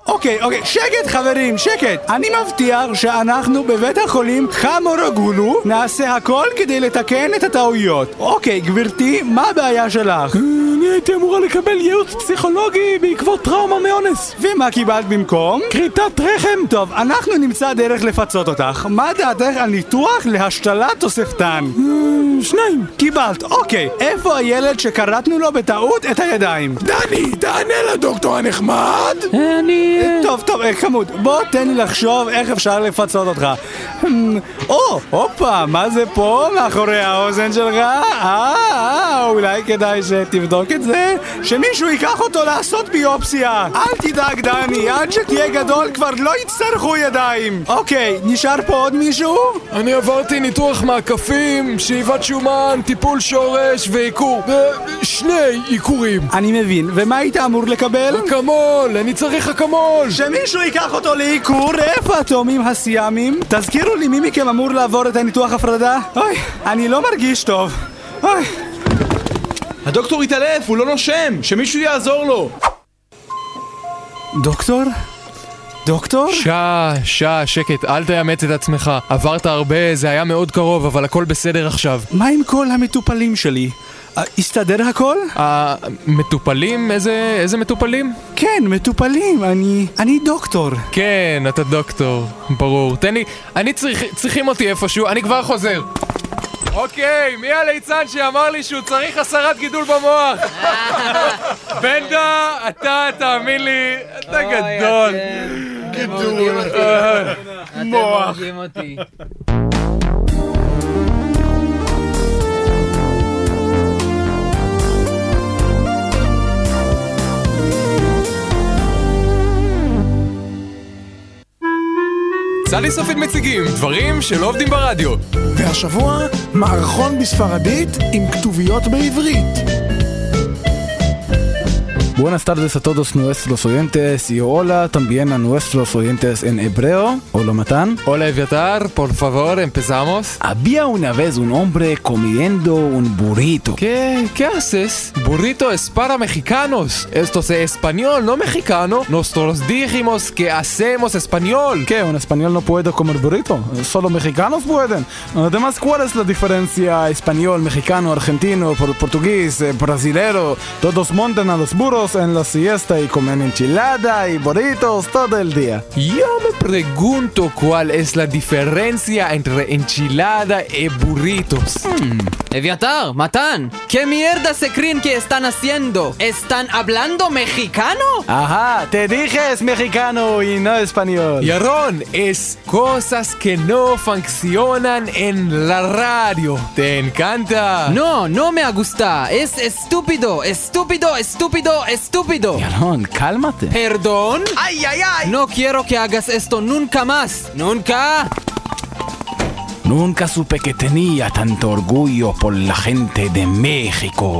Speaker 8: אוקיי, אוקיי, שקט חברים, שקט. אני מבטיח שאנחנו בבית החולים חמורוגולו נעשה הכל כדי לתקן את הטעויות. אוקיי, גברתי, מה הבעיה שלך?
Speaker 3: אני הייתי אמורה לקבל ייעוץ פסיכולוגי בעקבות טראומה מאונס.
Speaker 8: ומה קיבלת במקום?
Speaker 3: כריתת רחם!
Speaker 8: טוב, אנחנו נמצא דרך לפצות אותך. מה דעתך על ניתוח להשתלת תוספתן?
Speaker 3: אה, שניים.
Speaker 8: קיבלת, אוקיי. איפה הילד שכרתנו לו בטעות את הידיים?
Speaker 10: דני, תענה לדוקטור הנחמד!
Speaker 2: אני...
Speaker 8: טוב, טוב, אה, חמוד, בוא תן לי לחשוב איך אפשר לפצות אותך. אמ, או, הופה, מה זה פה מאחורי האוזן שלך? אה, אה, אולי כדאי שתבדוק את זה? שמישהו ייקח אותו לעשות ביופסיה. אל תדאג, דני, עד שתהיה גדול כבר לא יצטרכו ידיים. אוקיי, נשאר פה עוד מישהו?
Speaker 1: אני עברתי ניתוח מעקפים, שאיבת שומן, טיפול שורש ועיקור. שני עיקורים.
Speaker 8: אני מבין, ומה היית אמור לקבל?
Speaker 1: אקמול, אני צריך אקמול!
Speaker 8: שמישהו ייקח אותו לעיקור, איפה התאומים הסיאמים? תזכירו לי מי מכם אמור לעבור את הניתוח הפרדה? אוי, אני לא מרגיש טוב. אוי.
Speaker 3: הדוקטור התעלף, הוא לא נושם! שמישהו יעזור לו!
Speaker 8: דוקטור? דוקטור?
Speaker 1: שעה, שעה, שקט, אל תאמץ את עצמך. עברת הרבה, זה היה מאוד קרוב, אבל הכל בסדר עכשיו.
Speaker 8: מה עם כל המטופלים שלי? אה, הסתדר הכל?
Speaker 1: המטופלים? איזה, איזה מטופלים?
Speaker 8: כן, מטופלים, אני... אני דוקטור.
Speaker 1: כן, אתה דוקטור, ברור. תן לי, אני צריך, צריכים אותי איפשהו, אני כבר חוזר. אוקיי, מי הליצן שאמר לי שהוא צריך הסרת גידול במוח? בנדה, אתה, תאמין לי, אתה גדול.
Speaker 2: מוח.
Speaker 1: סלי סופית מציגים, דברים שלא עובדים ברדיו.
Speaker 5: והשבוע מערכון בספרדית עם כתוביות בעברית.
Speaker 3: Buenas tardes a todos nuestros oyentes y hola también a nuestros oyentes en hebreo. Hola Matán.
Speaker 1: הולה אביתר, פול פאבור, אמפזמוס.
Speaker 3: Había una vez un hombre comiendo un burrito.
Speaker 1: ¿Qué, ¿Qué haces? Burrito es para mexicanos. Esto es español, no mexicano. Nosotros dijimos que hacemos español.
Speaker 3: ¿Qué? ¿Un español no puede comer burrito? Solo mexicanos pueden. Además, ¿cuál es la diferencia español, mexicano, argentino, por- portugués, eh, brasilero? Todos montan a los burros desayunos, en la siesta y comen enchilada y burritos todo el día.
Speaker 1: Yo me pregunto cuál es la diferencia entre enchilada y burritos.
Speaker 2: Eviatar, Matán, ¿qué mierda se creen que están haciendo? ¿Están hablando mexicano?
Speaker 3: Ajá, te dije es mexicano y no español.
Speaker 1: Yaron, es cosas que no funcionan en la radio.
Speaker 11: Te encanta.
Speaker 2: No, no me gusta. Es estúpido, estúpido, estúpido, estúpido.
Speaker 3: Yaron, cálmate.
Speaker 2: ¿Perdón? ¡Ay, ay, ay! No quiero que hagas esto nunca más. ¡Nunca!
Speaker 1: Nunca supe que tenía tanto orgullo por la gente de México.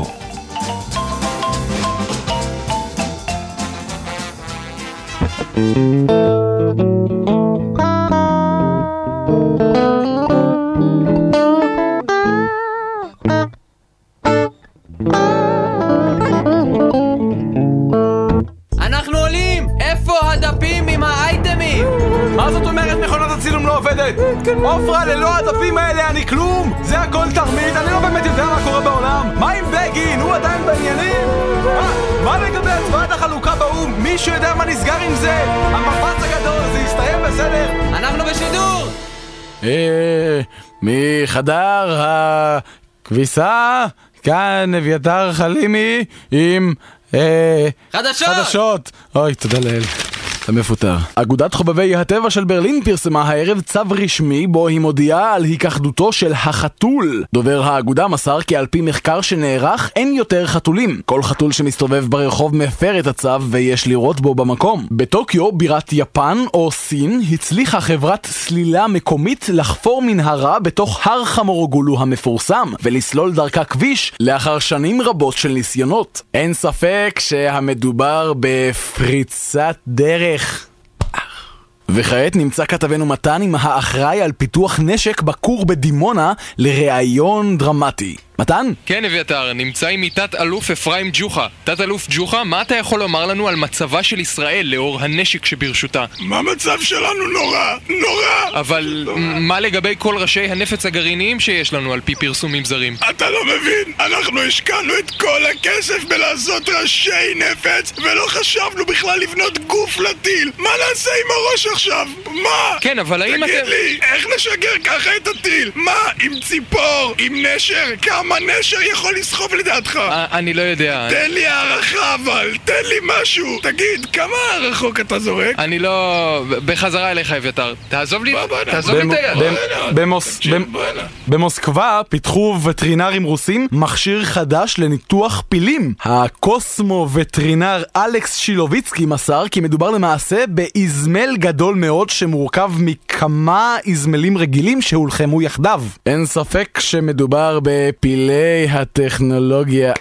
Speaker 2: אנחנו עולים! איפה הדפים עם האייטמים?
Speaker 12: מה זאת אומרת מכונת הצילום לא עובדת? עופרה, ללא הדפים האלה אני כלום! זה הכל תרמית, אני לא באמת יודע מה קורה בעולם! מה עם בגין? הוא עדיין בעניינים? מה- מה לגבי הצבעת החלוקה באו"ם? מישהו יודע מה נסגר עם זה? המפץ הגדול, זה יסתיים בסדר?
Speaker 2: אנחנו בשידור!
Speaker 3: אה, מחדר הכביסה, כאן אביתר חלימי עם אה,
Speaker 2: חדשות!
Speaker 3: חדשות. אוי, תודה לאל. אתה מפוטר.
Speaker 1: אגודת חובבי הטבע של ברלין פרסמה הערב צו רשמי בו היא מודיעה על היכחדותו של החתול. דובר האגודה מסר כי על פי מחקר שנערך אין יותר חתולים. כל חתול שמסתובב ברחוב מפר את הצו ויש לראות בו במקום. בטוקיו, בירת יפן או סין, הצליחה חברת סלילה מקומית לחפור מנהרה בתוך הר חמורוגולו המפורסם ולסלול דרכה כביש לאחר שנים רבות של ניסיונות. אין ספק שהמדובר בפריצת דרך. וכעת נמצא כתבנו מתן עם האחראי על פיתוח נשק בכור בדימונה לראיון דרמטי. מתן?
Speaker 11: כן, אביתר, נמצא עימי תת-אלוף אפרים ג'וחה. תת-אלוף ג'וחה, מה אתה יכול לומר לנו על מצבה של ישראל לאור הנשק שברשותה?
Speaker 8: מה המצב שלנו נורא? נורא!
Speaker 11: אבל מ- מה לגבי כל ראשי הנפץ הגרעיניים שיש לנו על פי פרסומים זרים?
Speaker 8: אתה לא מבין, אנחנו השקענו את כל הכסף בלעשות ראשי נפץ ולא חשבנו בכלל לבנות גוף לטיל מה נעשה עם הראש עכשיו? מה?
Speaker 11: כן, אבל האם
Speaker 8: תגיד
Speaker 11: אתם...
Speaker 8: לי, איך נשגר ככה את הטיל? מה, עם ציפור? עם נשר? כמה נשר יכול לסחוב לדעתך?
Speaker 11: אה, אני לא יודע.
Speaker 8: תן לי הערכה אבל, תן לי משהו! תגיד, כמה רחוק אתה זורק?
Speaker 11: אני לא... בחזרה אליך, אביתר. תעזוב לי...
Speaker 8: בוא, בוא,
Speaker 11: תעזוב לי
Speaker 3: במו-
Speaker 11: את היד.
Speaker 3: במ-
Speaker 8: לא בואנה,
Speaker 3: במוס-
Speaker 8: תקשיב,
Speaker 3: במ-
Speaker 8: בואנה.
Speaker 3: במוסקבה פיתחו וטרינרים רוסים מכשיר חדש לניתוח פילים. הקוסמו-וטרינר אלכס שילוביצקי מסר כי מדובר למעשה באזמל גדול מאוד שמורכב מכמה איזמלים רגילים שהולחמו יחדיו. אין ספק שמדובר בפילי הטכנולוגיה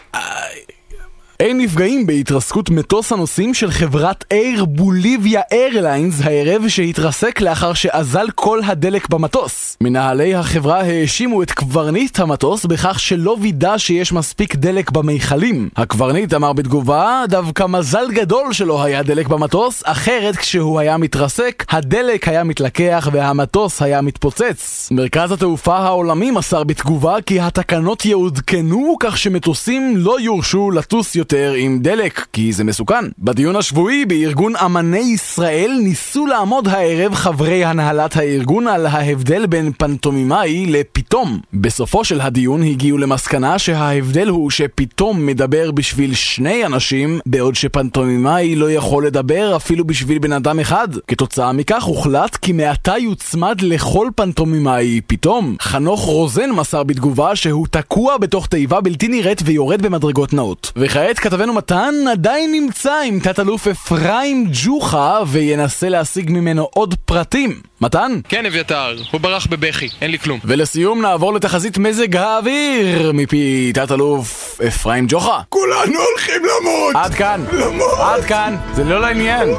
Speaker 3: אין נפגעים בהתרסקות מטוס הנוסעים של חברת אייר בוליביה איירליינס הערב שהתרסק לאחר שאזל כל הדלק במטוס. מנהלי החברה האשימו את קברניט המטוס בכך שלא וידא שיש מספיק דלק במיכלים. הקברניט אמר בתגובה, דווקא מזל גדול שלא היה דלק במטוס, אחרת כשהוא היה מתרסק, הדלק היה מתלקח והמטוס היה מתפוצץ. מרכז התעופה העולמי מסר בתגובה כי התקנות יעודכנו כך שמטוסים לא יורשו לטוס יותר עם דלק, כי זה מסוכן. בדיון השבועי בארגון אמני ישראל ניסו לעמוד הערב חברי הנהלת הארגון על ההבדל בין פנטומימאי לפתאום. בסופו של הדיון הגיעו למסקנה שההבדל הוא שפתאום מדבר בשביל שני אנשים, בעוד שפנטומימאי לא יכול לדבר אפילו בשביל בן אדם אחד. כתוצאה מכך הוחלט כי מעתה יוצמד לכל פנטומימאי פתאום. חנוך רוזן מסר בתגובה שהוא תקוע בתוך תיבה בלתי נראית ויורד במדרגות נאות. וכעת כתבנו מתן עדיין נמצא עם תת-אלוף אפרים ג'וחה וינסה להשיג ממנו עוד פרטים. מתן?
Speaker 11: כן, אביתר, הוא ברח בבכי, אין לי כלום.
Speaker 1: ולסיום נעבור לתחזית מזג האוויר מפי תת-אלוף אפרים ג'וחה.
Speaker 8: כולנו הולכים למות!
Speaker 1: עד כאן,
Speaker 8: למות!
Speaker 1: עד כאן, זה לא לעניין,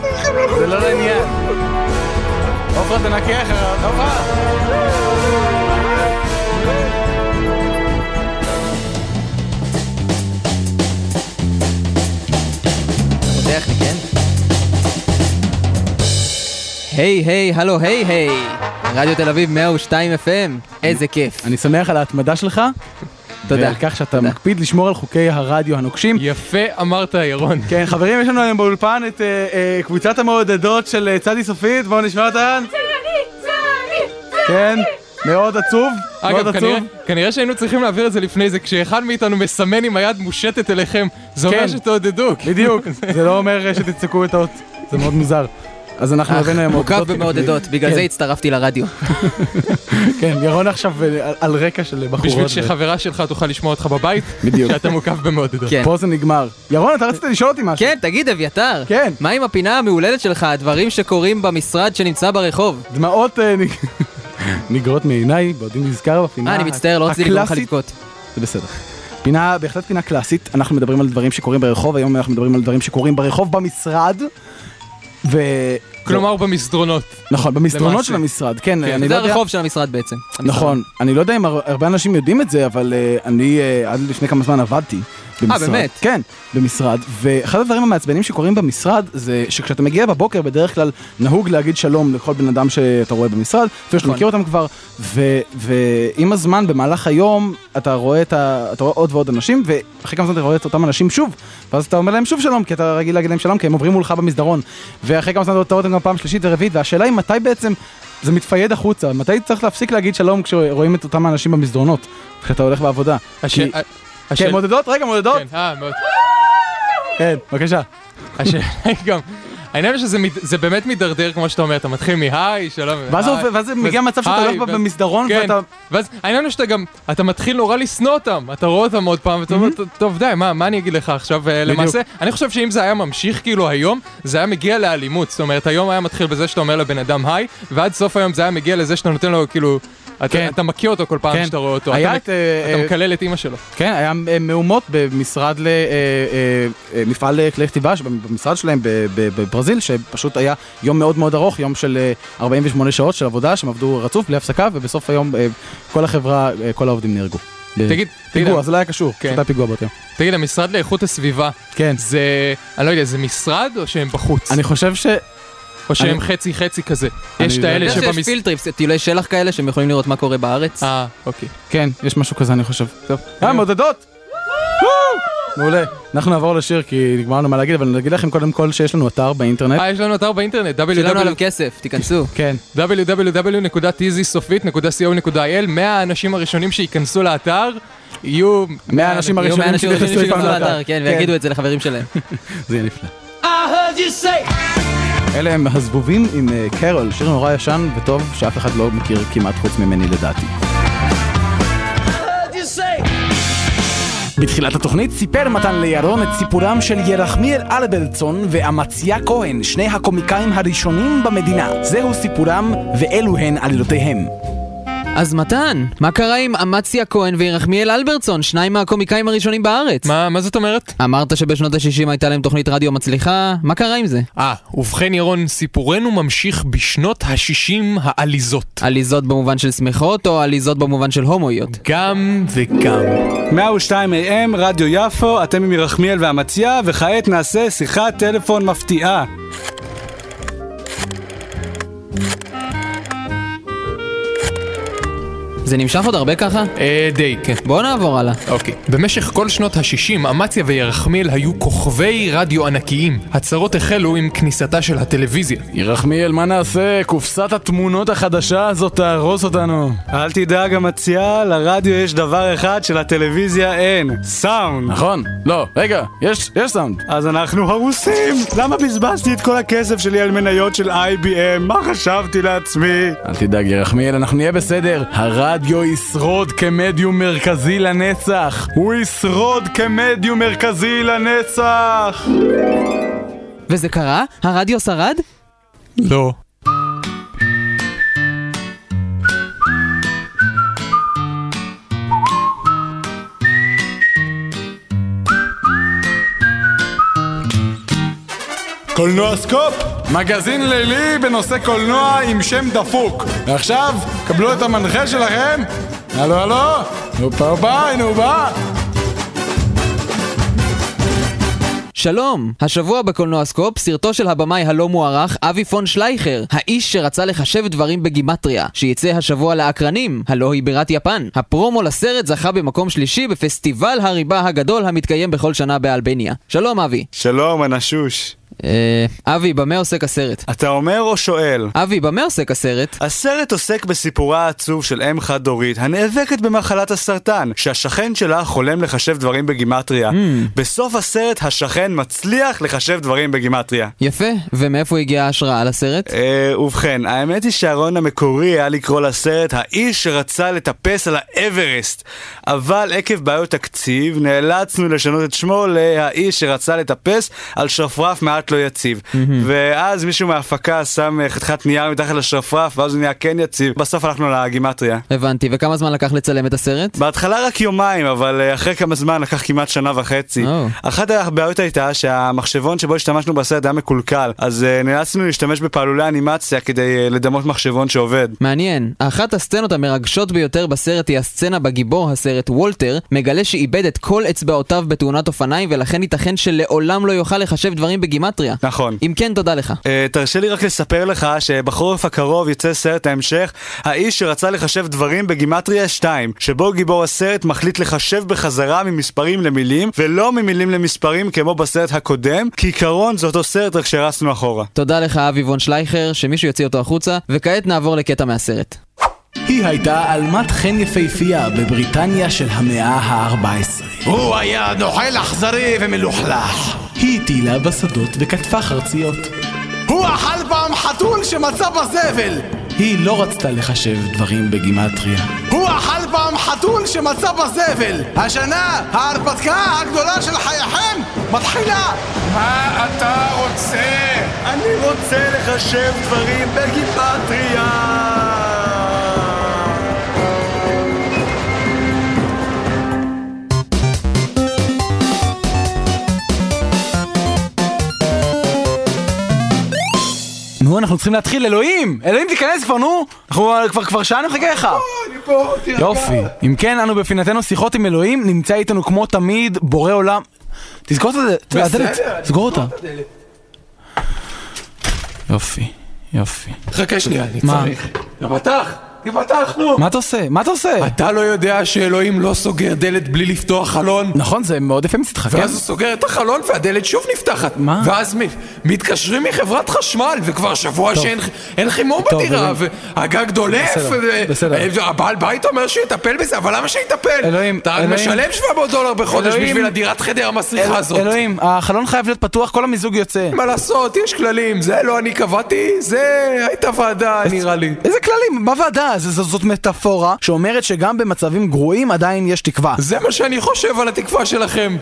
Speaker 1: זה לא לעניין. עופרה תנקה אחריו, עופרה!
Speaker 2: פותח לי, כן? היי, היי, הלו, היי, היי. רדיו תל אביב 102 FM, איזה כיף.
Speaker 3: אני שמח על ההתמדה שלך,
Speaker 2: תודה.
Speaker 3: ועל כך שאתה
Speaker 2: תודה.
Speaker 3: מקפיד לשמור על חוקי הרדיו הנוקשים.
Speaker 1: יפה אמרת, ירון.
Speaker 3: כן, חברים, יש לנו היום באולפן את אה, אה, קבוצת המעודדות של אה, צדי סופית, בואו נשמע אותן. כן, מאוד עצוב, מאוד
Speaker 1: אגב,
Speaker 3: עצוב.
Speaker 1: כנראה, כנראה שהיינו צריכים להעביר את זה לפני זה, כשאחד מאיתנו מסמן עם היד מושטת אליכם, זה אומר
Speaker 3: כן.
Speaker 1: שתעודדו.
Speaker 3: בדיוק, זה לא אומר אה, שתצעקו את האות, זה מאוד מוזר. אה, אז אנחנו
Speaker 2: אך,
Speaker 3: הבאנו היום
Speaker 2: מוקף
Speaker 3: מעודדות.
Speaker 2: במעודדות, בגלל
Speaker 3: כן.
Speaker 2: זה הצטרפתי לרדיו.
Speaker 3: כן, ירון עכשיו אה, על- על רקע של בחורות.
Speaker 1: בשביל
Speaker 3: ו-
Speaker 1: שחברה שלך תוכל לשמוע אותך בבית,
Speaker 3: בדיוק.
Speaker 1: שאתה מוקף במעודדות.
Speaker 2: כן.
Speaker 3: פה זה נגמר. ירון, אתה רצית לשאול אותי משהו.
Speaker 2: כן, תגיד, אביתר,
Speaker 3: כן.
Speaker 2: מה עם הפינה המהוללת שלך, הדברים שקורים במשרד שנמצא ברחוב?
Speaker 3: דמעות אה, נג- נגרות מעיניי, בעודי נזכר בפינה.
Speaker 2: אה, אני מצטער, לא רציתי לגרום לך
Speaker 3: הקלאסית-
Speaker 2: לבכות.
Speaker 3: זה בסדר. פינה, בהחלט פינה קלאסית, אנחנו מדברים על דברים שקורים ברחוב, היום אנחנו מדברים על דברים שקורים ברחוב במשרד, ו...
Speaker 1: כלומר, במסדרונות.
Speaker 3: נכון, במסדרונות
Speaker 1: למעשה.
Speaker 3: של המשרד, כן, אני לא
Speaker 2: זה
Speaker 3: יודע...
Speaker 2: הרחוב של המשרד בעצם.
Speaker 3: נכון, אני לא יודע אם הר- הרבה אנשים יודעים את זה, אבל אה, אני אה, עד לפני כמה זמן עבדתי במשרד.
Speaker 2: באמת?
Speaker 3: כן, במשרד. ואחד הדברים המעצבנים שקורים במשרד זה שכשאתה מגיע בבוקר, בדרך כלל נהוג להגיד שלום לכל בן אדם שאתה רואה במשרד, אפילו
Speaker 1: נכון.
Speaker 3: שאתה מכיר אותם כבר, ו- ועם הזמן, במהלך היום, אתה רואה, את ה- אתה רואה עוד ועוד אנשים, ואחרי כמה זמן אתה רואה את אותם אנשים שוב, ואז אתה אומר להם שוב שלום, כי אתה רגיל להגיד להם שלום, כי הם עוברים מולך במסדרון. ואחרי כמה זמן אתה רואה אותם גם פעם שלישית ורביעית, והשאלה היא מתי בעצם זה מתפייד החוצה, מתי צריך להפסיק להגיד שלום כשרואים את אותם האנשים במסדרונות, כשאתה הולך בעבודה.
Speaker 1: הש-
Speaker 3: כי-
Speaker 1: ה-
Speaker 3: כן,
Speaker 1: השאל-
Speaker 3: מודדות, רגע, מודדות.
Speaker 1: כן, אה, מאוד.
Speaker 3: כן, בבקשה.
Speaker 1: השאלה היא גם... העניין הוא שזה מת- זה באמת מידרדר, כמו שאתה אומר, אתה מתחיל מהי, שלום.
Speaker 3: ואז
Speaker 1: היי,
Speaker 3: זה ואז זה מגיע מצב שאתה
Speaker 1: היי,
Speaker 3: הולך
Speaker 1: ואז-
Speaker 3: במסדרון
Speaker 1: כן,
Speaker 3: נכון? ואתה...
Speaker 1: ואז העניין הוא שאתה גם, אתה מתחיל נורא לשנוא אותם, אתה רואה אותם עוד פעם, ואתה אומר, "טוב, טוב די, מה מה אני אגיד לך עכשיו? אה, למעשה, אני חושב שאם זה היה ממשיך כאילו היום, זה היה מגיע לאלימות, זאת אומרת, היום היה מתחיל בזה שאתה אומר לבן אדם היי, ועד סוף היום זה היה מגיע לזה שאתה נותן לו כאילו, אתה-
Speaker 3: כן.
Speaker 1: אתה מכה אותו כל פעם
Speaker 3: כן.
Speaker 1: שאתה רואה אותו,
Speaker 3: היה
Speaker 1: אתה-
Speaker 3: את... אה,
Speaker 1: אתה
Speaker 3: אה,
Speaker 1: מקלל את אימא שלו.
Speaker 3: כן, היה אה, מהומות במשרד ל... אה, אה, אה, מפעל לכלי כתיבה, שב- במשרד שלהם ב- ב- בברזיל, שפשוט היה יום מאוד מאוד ארוך, יום של אה, 48 שעות של עבודה, שהם עבדו רצוף בלי הפסקה, ובסוף היום אה, כל החברה, אה, כל העובדים נהרגו.
Speaker 1: תגיד, תגיד,
Speaker 3: פיגוע, זה לא היה קשור,
Speaker 1: כן.
Speaker 3: פשוט היה פיגוע באותו יום.
Speaker 1: תגיד, המשרד לאיכות הסביבה,
Speaker 3: כן.
Speaker 1: זה, אני לא יודע, זה משרד או שהם בחוץ?
Speaker 3: אני חושב ש...
Speaker 1: או שהם
Speaker 3: אני-
Speaker 1: חצי חצי כזה?
Speaker 3: אני
Speaker 1: יש את
Speaker 3: לא
Speaker 1: האלה
Speaker 2: אתה יודע שיש
Speaker 1: שבמשרד...
Speaker 2: פילטריפס, טיולי שלח כאלה שהם יכולים לראות מה קורה בארץ?
Speaker 1: אה, אוקיי.
Speaker 3: כן, יש משהו כזה, אני חושב. טוב. אה, מודדות! מעולה. אנחנו נעבור לשיר כי נגמר לנו מה להגיד, אבל נגיד לכם קודם כל שיש לנו אתר באינטרנט.
Speaker 1: אה, יש לנו אתר באינטרנט,
Speaker 2: שילמנו
Speaker 1: www.
Speaker 2: עליו לא, כסף, תיכנסו.
Speaker 3: כן.
Speaker 1: www.easysofit.co.il 100 האנשים הראשונים שייכנסו לאתר יהיו...
Speaker 3: מהאנשים
Speaker 2: יהיו
Speaker 3: הראשונים
Speaker 2: מהאנשים הראשונים
Speaker 3: שנכנסו
Speaker 2: שייכנסו
Speaker 3: פעם
Speaker 2: לאתר, כן, ויגידו את זה לחברים שלהם.
Speaker 3: זה יהיה נפלא. אלה הם הזבובים עם אה, קרול, שיר נורא ישן וטוב שאף אחד לא מכיר כמעט חוץ ממני לדעתי. בתחילת התוכנית סיפר מתן לירון את סיפורם של ירחמיאל אלברטסון ואמציה כהן, שני הקומיקאים הראשונים במדינה. זהו סיפורם ואלו הן עלילותיהם.
Speaker 2: אז מתן, מה קרה עם אמציה כהן וירחמיאל אלברטסון, שניים מהקומיקאים הראשונים בארץ?
Speaker 1: מה, מה זאת אומרת?
Speaker 2: אמרת שבשנות ה-60 הייתה להם תוכנית רדיו מצליחה, מה קרה עם זה?
Speaker 1: אה, ובכן ירון, סיפורנו ממשיך בשנות ה-60 העליזות.
Speaker 2: עליזות במובן של שמחות, או עליזות במובן של הומואיות?
Speaker 1: גם וגם.
Speaker 8: 102 AM, רדיו יפו, אתם עם ירחמיאל והמציא, וכעת נעשה שיחת טלפון מפתיעה.
Speaker 2: זה נמשך עוד הרבה ככה?
Speaker 1: אה, די, כן.
Speaker 2: בואו נעבור הלאה.
Speaker 1: אוקיי. במשך כל שנות ה-60, אמציה וירחמיאל היו כוכבי רדיו ענקיים. הצרות החלו עם כניסתה של הטלוויזיה.
Speaker 3: ירחמיאל, מה נעשה? קופסת התמונות החדשה הזאת תהרוס אותנו.
Speaker 8: אל תדאג המציעה, לרדיו יש דבר אחד שלטלוויזיה אין, סאונד.
Speaker 3: נכון. לא, רגע, יש, יש סאונד.
Speaker 8: אז אנחנו הרוסים! למה בזבזתי את כל הכסף שלי על מניות של IBM? מה חשבתי לעצמי?
Speaker 3: אל תדאג ירחמיאל, אנחנו נהיה בסדר. הרדיו ישרוד כמדיום מרכזי לנצח.
Speaker 8: הוא ישרוד כמדיום מרכזי לנצח!
Speaker 2: וזה קרה? הרדיו שרד?
Speaker 1: לא.
Speaker 4: קולנועסקופ, מגזין לילי בנושא קולנוע עם שם דפוק. ועכשיו, קבלו את המנחה שלכם. הלו, הלו, הופה, הופה, הנה הוא בא.
Speaker 2: שלום! השבוע בקולנוע סקופ, סרטו של הבמאי הלא מוערך, אבי פון שלייכר, האיש שרצה לחשב דברים בגימטריה, שיצא השבוע לאקרנים, הלא היא בירת יפן. הפרומו לסרט זכה במקום שלישי בפסטיבל הריבה הגדול המתקיים בכל שנה באלבניה. שלום אבי.
Speaker 8: שלום, הנשוש.
Speaker 2: אה... אבי, במה עוסק הסרט?
Speaker 8: אתה אומר או שואל?
Speaker 2: אבי, במה עוסק הסרט?
Speaker 8: הסרט עוסק בסיפורה העצוב של אם חד-הורית הנאבקת במחלת הסרטן, שהשכן שלה חולם לחשב דברים בגימטריה. בסוף הסרט השכן מצליח לחשב דברים בגימטריה.
Speaker 2: יפה, ומאיפה הגיעה ההשראה לסרט?
Speaker 8: אה, ובכן, האמת היא שהרעיון המקורי היה לקרוא לסרט האיש שרצה לטפס על האברסט, אבל עקב בעיות תקציב נאלצנו לשנות את שמו ל"האיש שרצה לטפס על שרפרף מעט לא יציב". ואז מישהו מההפקה שם אה, חתיכת נייר מתחת לשרפרף ואז הוא נהיה כן יציב, בסוף הלכנו לגימטריה.
Speaker 2: הבנתי, וכמה זמן לקח לצלם את הסרט?
Speaker 8: בהתחלה רק יומיים, אבל אה, אחרי כמה זמן לקח כמעט שנה וחצי.
Speaker 2: או.
Speaker 8: אחת הבעיות הייתה שהמחשבון שבו השתמשנו בסרט היה מקולקל, אז אה, נאלצנו להשתמש בפעלולי אנימציה כדי אה, לדמות מחשבון שעובד.
Speaker 2: מעניין, אחת הסצנות המרגשות ביותר בסרט היא הסצנה בגיבור הסרט וולטר, מגלה שאיבד את כל אצבעותיו בתאונת אופניים ולכן ייתכן שלעולם לא יוכל לחשב דברים בגימטריה.
Speaker 8: נכון.
Speaker 2: אם כן, תודה לך.
Speaker 8: אה, תרשה לי רק לספר לך שבחורף הקרוב יצא סרט ההמשך, האיש שרצה לחשב דברים בגימטריה 2, שבו גיבור הסרט מחליט לחשב בחזרה ממספרים למילים, ולא ממילים למספרים כמו בסרט הקודם, כעיקרון זה אותו סרט רק שהרסנו אחורה.
Speaker 2: תודה לך אבי וון שלייכר, שמישהו יוציא אותו החוצה, וכעת נעבור לקטע מהסרט.
Speaker 3: היא הייתה עלמת חן יפהפייה בבריטניה של המאה ה-14.
Speaker 4: הוא היה נוכל אכזרי ומלוכלך.
Speaker 3: היא הטילה בשדות וכתפה חרציות.
Speaker 4: הוא אכל פעם חתול שמצא בזבל!
Speaker 3: היא לא רצתה לחשב דברים בגימטריה.
Speaker 4: הוא אכל פעם חתול שמצא בזבל! השנה ההרפתקה הגדולה של חייכם מתחילה!
Speaker 10: מה אתה רוצה?
Speaker 8: אני רוצה לחשב דברים בגימטריה!
Speaker 3: נו, אנחנו צריכים להתחיל, אלוהים! אלוהים תיכנס כבר, נו! אנחנו כבר, כבר שעה נחכה לך! יופי. אם כן, אנו בפינתנו שיחות עם אלוהים, נמצא איתנו כמו תמיד בורא עולם. תסגור את הדלת, אתה יודע, הדלת, סגור אותה. יופי, יופי.
Speaker 4: חכה שנייה, אני
Speaker 3: מה?
Speaker 4: צריך. תפתח! תפתח, נו!
Speaker 3: מה אתה עושה? מה אתה עושה?
Speaker 4: אתה לא יודע שאלוהים לא סוגר דלת בלי לפתוח חלון?
Speaker 3: נכון, זה מאוד יפה מצדך, כן?
Speaker 4: ואז הוא סוגר את החלון והדלת שוב נפתחת.
Speaker 3: מה?
Speaker 4: ואז מ- מתקשרים מחברת חשמל, וכבר שבוע שאין אין חימום
Speaker 3: טוב,
Speaker 4: בדירה,
Speaker 3: אלוהים.
Speaker 4: והגג דולף,
Speaker 3: בסדר,
Speaker 4: ו-
Speaker 3: בסדר.
Speaker 4: אה, והבעל בית אומר שיטפל בזה, אבל למה שיטפל?
Speaker 3: אלוהים,
Speaker 4: אתה
Speaker 3: אלוהים.
Speaker 4: משלם 700 דולר בחודש
Speaker 3: אלוהים.
Speaker 4: בשביל הדירת חדר המסריחה הזאת.
Speaker 3: אלוהים, החלון חייב להיות פתוח, כל המיזוג יוצא.
Speaker 4: מה לעשות, יש כללים, זה לא אני קבעתי, זה הייתה ועדה, נראה לי.
Speaker 3: איזה כללים? מה ועדה? זה- זו- זאת מטאפורה שאומרת שגם במצבים גרועים עדיין יש תקווה.
Speaker 4: זה מה שאני חושב על התקווה שלכם.